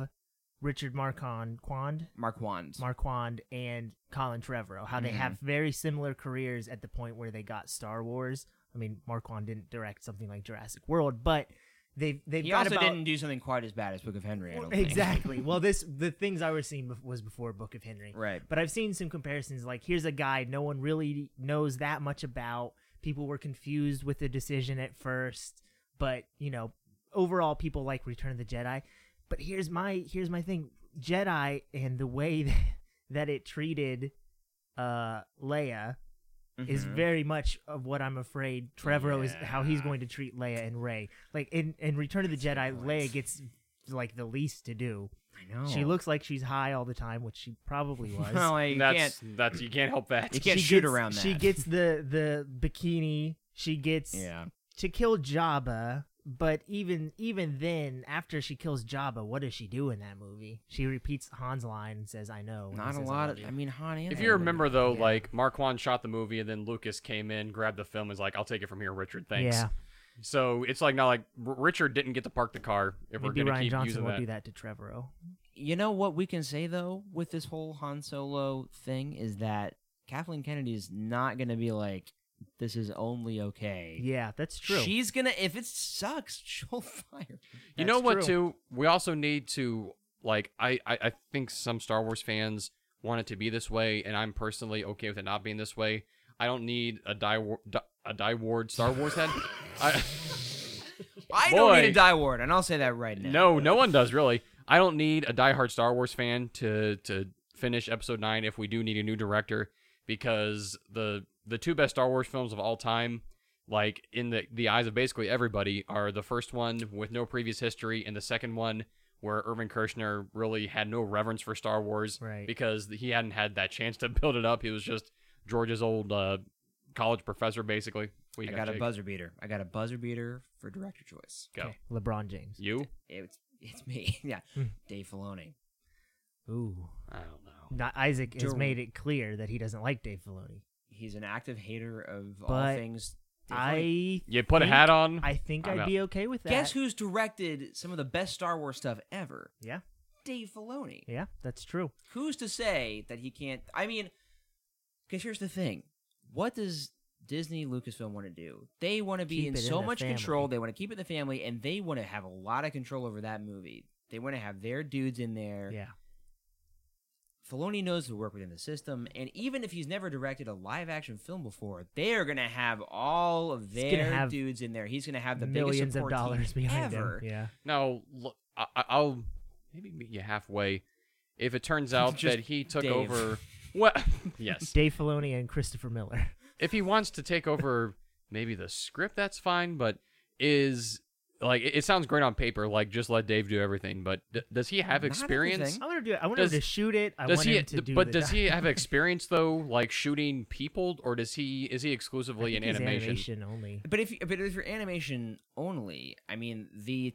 D: Richard Marquand, Quand,
B: Mark Wand.
D: Marquand, and Colin Trevorrow. How they
B: Mhm.
D: have very similar careers at the point where they got Star Wars. I mean, Marquand didn't direct something like Jurassic World, but they've they've
B: he
D: got
B: also
D: about,
B: didn't do something quite as bad as Book of Henry. I
D: Well,
B: don't think.
D: exactly. well, this the things I was seeing bef- was before Book of Henry,
B: Right.
D: But I've seen some comparisons. Like here's a guy no one really knows that much about. People were confused with the decision at first, but you know, overall people like Return of the Jedi. But here's my here's my thing: Jedi and the way that, it treated uh Leia is
B: Mhm.
D: very much of what I'm afraid Trevor is how he's going to treat Leia and Ray. Like in, in Return of the Jedi, Leia gets like the least to do.
B: I know.
D: She looks like she's high all the time, which she probably was.
B: Oh. Well, like, you
C: that's
B: can't.
C: that's you can't help that.
B: You can't
D: She
B: shoot
D: gets-
B: around that.
D: She gets the the bikini. She gets
B: Yeah.
D: to kill Jabba. But even even then, after she kills Jabba, what does she do in that movie? She repeats Han's line and says, "I know." and he
B: Not a
D: says, "I
B: lot
D: love
B: of.
D: you."
B: I mean, Han. and
C: If
B: Leia.
C: you remember though,
D: Yeah.
C: like Marquand shot the movie, and then Lucas came in, grabbed the film, and was like, "I'll take it from here, Richard. Thanks."
D: Yeah,
C: So it's like not like R- Richard didn't get to park the car. If we're
D: maybe
C: gonna
D: Ryan
C: keep
D: Johnson
C: using
D: will
C: that.
D: do that to Trevorrow.
B: you know what we can say though with this whole Han Solo thing is that Kathleen Kennedy is not going to be like, this is only okay.
D: Yeah, that's true.
B: She's gonna if it sucks, she'll fire.
C: you know
D: That's
C: what
D: true.
C: too we also need to like I, I i think some star wars fans want it to be this way and i'm personally okay with it not being this way i don't need a die a die ward star wars head I,
B: I don't need
C: Boy.
B: a die ward, and I'll say that right now.
C: no no one does really i don't need a diehard star wars fan to to finish episode 9 if we do need a new director because the the two best star wars films of all time like in the the eyes of basically everybody are the first one with no previous history and the second one where Irvin Kershner really had no reverence for Star Wars
D: Right.
C: because he hadn't had that chance to build it up. He was just George's old uh, college professor, basically. What
B: I
C: you
B: got a
C: Jake?
B: buzzer beater. I got a buzzer beater for director choice.
C: Go.
D: Okay, LeBron James.
C: You?
B: It's it's me. yeah,
C: Hmm.
B: Dave Filoni.
D: Ooh.
C: I don't know.
D: Not Isaac has
B: Dur-
D: made it clear that he doesn't like Dave Filoni.
B: He's an active hater of all
D: But
B: things. Dave Filoni.
D: I
C: You put a hat on.
D: I think
C: I'm
D: I'd
C: out.
D: be okay with that.
B: guess who's directed some of the best Star Wars stuff ever?
D: Yeah,
B: Dave Filoni.
D: yeah, that's true.
B: Who's to say that he can't? I mean, because here's the thing: what does Disney Lucasfilm want to do? They want to be
D: Keep
B: in
D: it in
B: so
D: the
B: much
D: family.
B: control. They want to keep it in the family, and they want to have a lot of control over that movie. They want to have their dudes in there.
D: Yeah,
B: Filoni knows who work within the system, and even if he's never directed a live action film before, they are gonna have all of
D: He's gonna
B: their
D: have
B: dudes in there. He's gonna have the biggest
D: millions of
B: support team
D: dollars behind
B: ever.
D: him. Yeah,
C: No, look, I, I- I'll maybe meet you halfway. If it turns out
B: Just
C: that he took
B: Dave.
C: over, what? yes.
D: Dave Filoni and Christopher Miller.
C: If he wants to take over, maybe the script, that's fine. But is like it, it sounds great on paper. Like just let Dave do everything. But d- does he have
B: Not
C: experience?
B: everything.
D: I want to do. it. I want
C: Does-
D: him to shoot it. I
C: Does
D: want
C: he?
D: him to
C: d-
D: do.
C: but
D: the-
C: does he have experience though? Like shooting people, or does he? Is he
D: I
C: exclusively in
D: think he's
C: animation?
D: animation only?
B: But if but if you're animation only, I mean the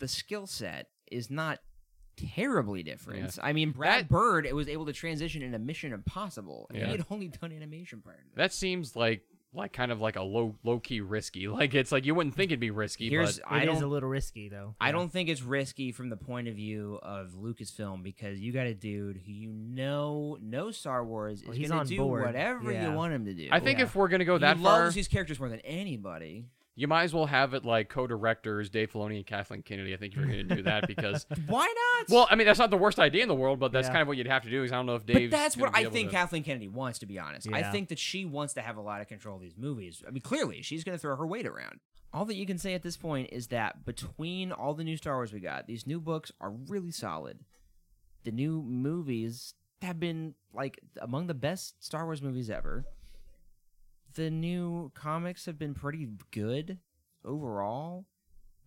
B: the skill set is not terribly different. I mean Brad
C: That-
B: Bird was able to transition into Mission Impossible, and
C: Yeah.
B: he had only done animation prior to that.
C: That seems like like kind of like a low low key risky. Like it's like you wouldn't think it'd be risky.
B: Here's
C: but
B: I
D: It is
B: don't
D: a little risky though.
B: I
D: Yeah.
B: don't think it's risky from the point of view of Lucasfilm because you got a dude who you know knows Star Wars
D: Well,
B: is
D: he's
B: going
D: on
B: to do
D: board.
B: whatever
D: Yeah.
B: you want him to do.
C: I think
D: Yeah.
C: if we're gonna go
B: he
C: that
B: loves
C: far,
B: these characters more than anybody.
C: you might as well have it like co-directors Dave Filoni and Kathleen Kennedy. I think if you're gonna do that because
B: Why not?
C: well, I mean that's not the worst idea in the world, but that's
D: Yeah.
C: kind of what you'd have to do. Is I don't know if
B: but
C: Dave.
B: that's what I think Kathleen Kennedy wants. To be honest, I
D: Yeah.
B: think that she wants to have a lot of control of these movies. I mean, clearly she's going to throw her weight around. All that you can say at this point is that between all the new Star Wars we got, these new books are really solid. The new movies have been like among the best Star Wars movies ever. The new comics have been pretty good overall.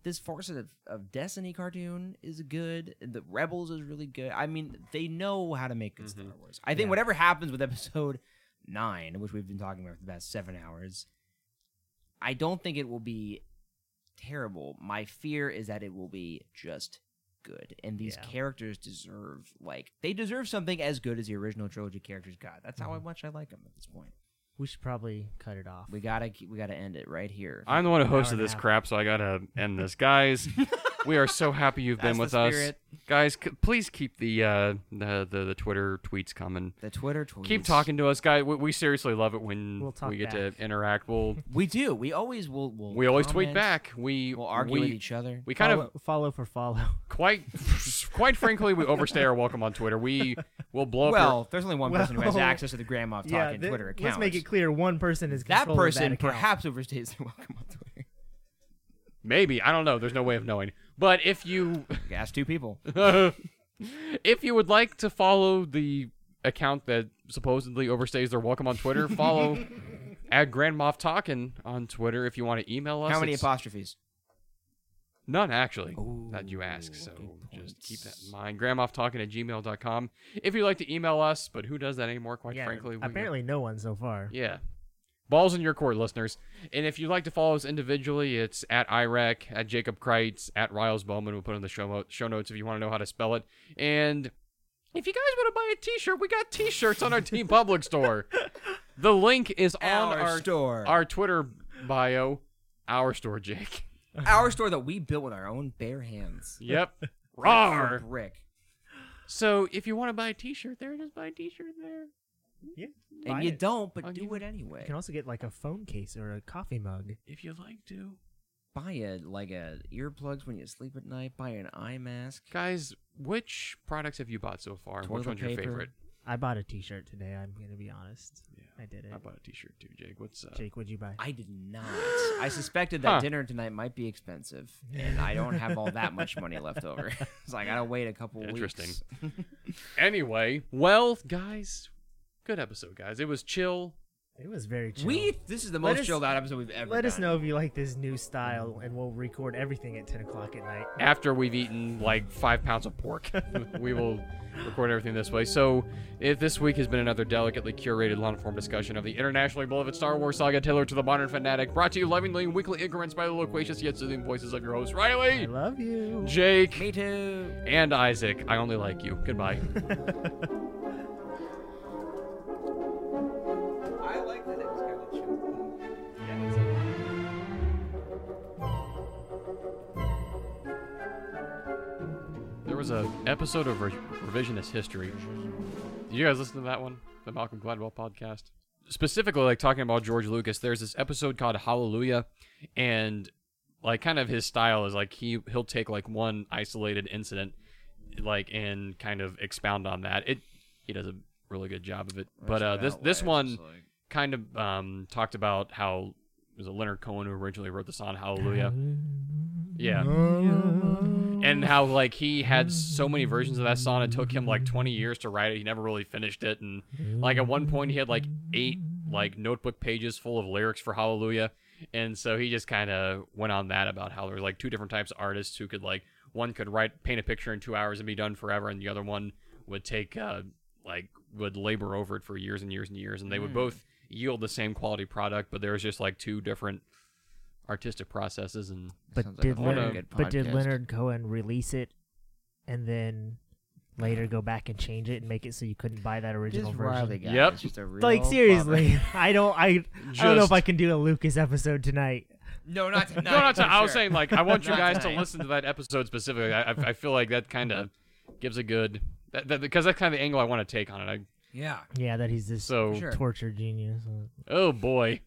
B: This Force of, of Destiny cartoon is good. The Rebels is really good. I mean, they know how to make good Star Wars. I think
D: Mm-hmm. Yeah.
B: whatever happens with episode nine, which we've been talking about for the past seven hours, I don't think it will be terrible. My fear is that it will be just good. And these
D: Yeah.
B: characters deserve like they deserve something as good as the original trilogy characters got. That's
D: Mm-hmm.
B: how much I like them at this point.
D: We should probably cut it off.
B: We gotta keep- we gotta end it right here.
C: I'm the one who
D: Hour hosted and a this half.
C: crap, so I gotta end this, guys. we are so happy you've
B: been That's the with us. spirit.
C: guys. please keep the uh, the, the the Twitter tweets coming.
B: the Twitter tweets.
C: keep talking to us, guys. We, we seriously love it when
D: We'll talk
C: we get
D: back.
C: to interact. We'll
B: We do. We always will. will
C: we always
B: comment.
C: tweet back. We
B: We'll argue
C: we,
B: with each other.
C: We kind
D: follow,
C: of
D: follow for follow.
C: quite quite frankly we overstay our welcome on Twitter. We will blow up.
B: well,
C: your,
B: there's only one person who has
D: Well,
B: access to the Grandma Talking
D: th-
B: Twitter account.
D: Let's make it clear: one person is
B: that
D: controlling
B: person
D: account.
B: perhaps overstays their welcome on Twitter.
C: maybe I don't know. There's no way of knowing. But if you
B: Okay, Ask two people.
C: if you would like to follow the account that supposedly overstays their welcome on Twitter, follow at Grand Moff Talkin on Twitter. If you want to email us,
B: How many
C: it's-
B: apostrophes?
C: None, actually.
B: Ooh,
C: that you ask. So
B: good
C: just keep that
B: points.
C: in mind. Grandmofftalking at gmail.com. If you'd like to email us, but who does that anymore, quite
D: Yeah,
C: frankly? we-
D: apparently no one so far.
C: Yeah. Balls in your court, listeners. And if you'd like to follow us individually, it's at IREC, at Jacob Kreitz, at Riles Bowman. We'll put it in the show, mo- show notes if you want to know how to spell it. And if you guys want to buy a t shirt, we got t shirts on our Team Public store. The link is on
B: Our store.
C: our Twitter bio. Our store, Jake.
B: Our store that we built with our own bare hands.
C: Yep.
B: For
C: Rawr.
B: brick.
C: So if you want to buy a t-shirt there, just buy a t-shirt there.
D: Yeah. buy
B: and you
D: it.
B: don't, but
C: I'll give
B: do it anyway.
D: You can also get like a phone case or a coffee mug.
C: If you like to.
B: buy a like a earplugs when you sleep at night. Buy an eye mask.
C: Guys, which products have you bought so far? and which
B: Toilet
C: one's
B: paper.
C: your favorite?
D: I bought a T-shirt today. I'm gonna be honest. I did it.
C: I bought a T-shirt too, Jake. What's up?
D: Jake, what'd you buy?
B: I did not. I suspected that
C: Huh.
B: dinner tonight might be expensive, and I don't have all that much money left over. it's like I gotta wait a couple
C: Interesting.
B: weeks.
C: Anyway, well, guys, good episode, guys. It was chill.
D: It was very chill.
B: We this is the
D: Let
B: most
D: us-
B: chilled out episode we've ever.
D: Let us
B: done.
D: know if you like this new style, and we'll record everything at 10 o'clock at night.
C: after we've eaten like five pounds of pork. we will record everything this way. So, if this week has been another delicately curated, long form discussion of the internationally beloved Star Wars saga tailored to the modern fanatic, brought to you lovingly in weekly increments by the loquacious yet soothing voices of your hosts,
D: I
C: Riley,
D: love you.
C: Jake,
B: Me too.
C: and Isaac. I only like you. Goodbye.
B: I like that it was kind of chilled.
C: there was a episode of Re- Revisionist History. Did you guys listen to that one? The Malcolm Gladwell podcast? Specifically, like talking about George Lucas, there's this episode called Hallelujah, and like kind of his style is like he he'll take like one isolated incident, like and kind of expound on that. It he does a really good job of it. but uh, this this one kind of um, talked about how it was a Leonard Cohen who originally wrote the song Hallelujah. Yeah. And how like he had so many versions of that song it took him like 20 years to write it. He never really finished it and like at one point he had like eight like notebook pages full of lyrics for Hallelujah. And so he just kind of went on that about how there was like two different types of artists who could like one could write paint a picture in 2 hours and be done forever and the other one would take uh like would labor over it for years and years and years and they would both yield the same quality product but there was just like two different artistic processes and
D: But
B: Sounds like
D: did
B: a really
D: Leonard?
B: good
D: But did
B: podcast.
D: Leonard Cohen release it, and then later go back and change it and make it so you couldn't buy that original version?
B: guy
C: Yep.
B: is just a real
D: Like seriously,
B: bummer.
D: I don't. I, I don't know if I
C: Just-
D: can do a Lucas episode tonight.
B: No, not tonight.
C: no, not to, I was
B: sure.
C: saying like I want you
B: Not
C: guys to
B: tonight.
C: listen to that episode specifically. I, I, I feel like that kind of gives a good that, that, because that's kind of the angle I want to take on it. I,
B: Yeah.
D: Yeah, that he's this
C: so
B: Sure.
D: torture genius.
C: oh boy.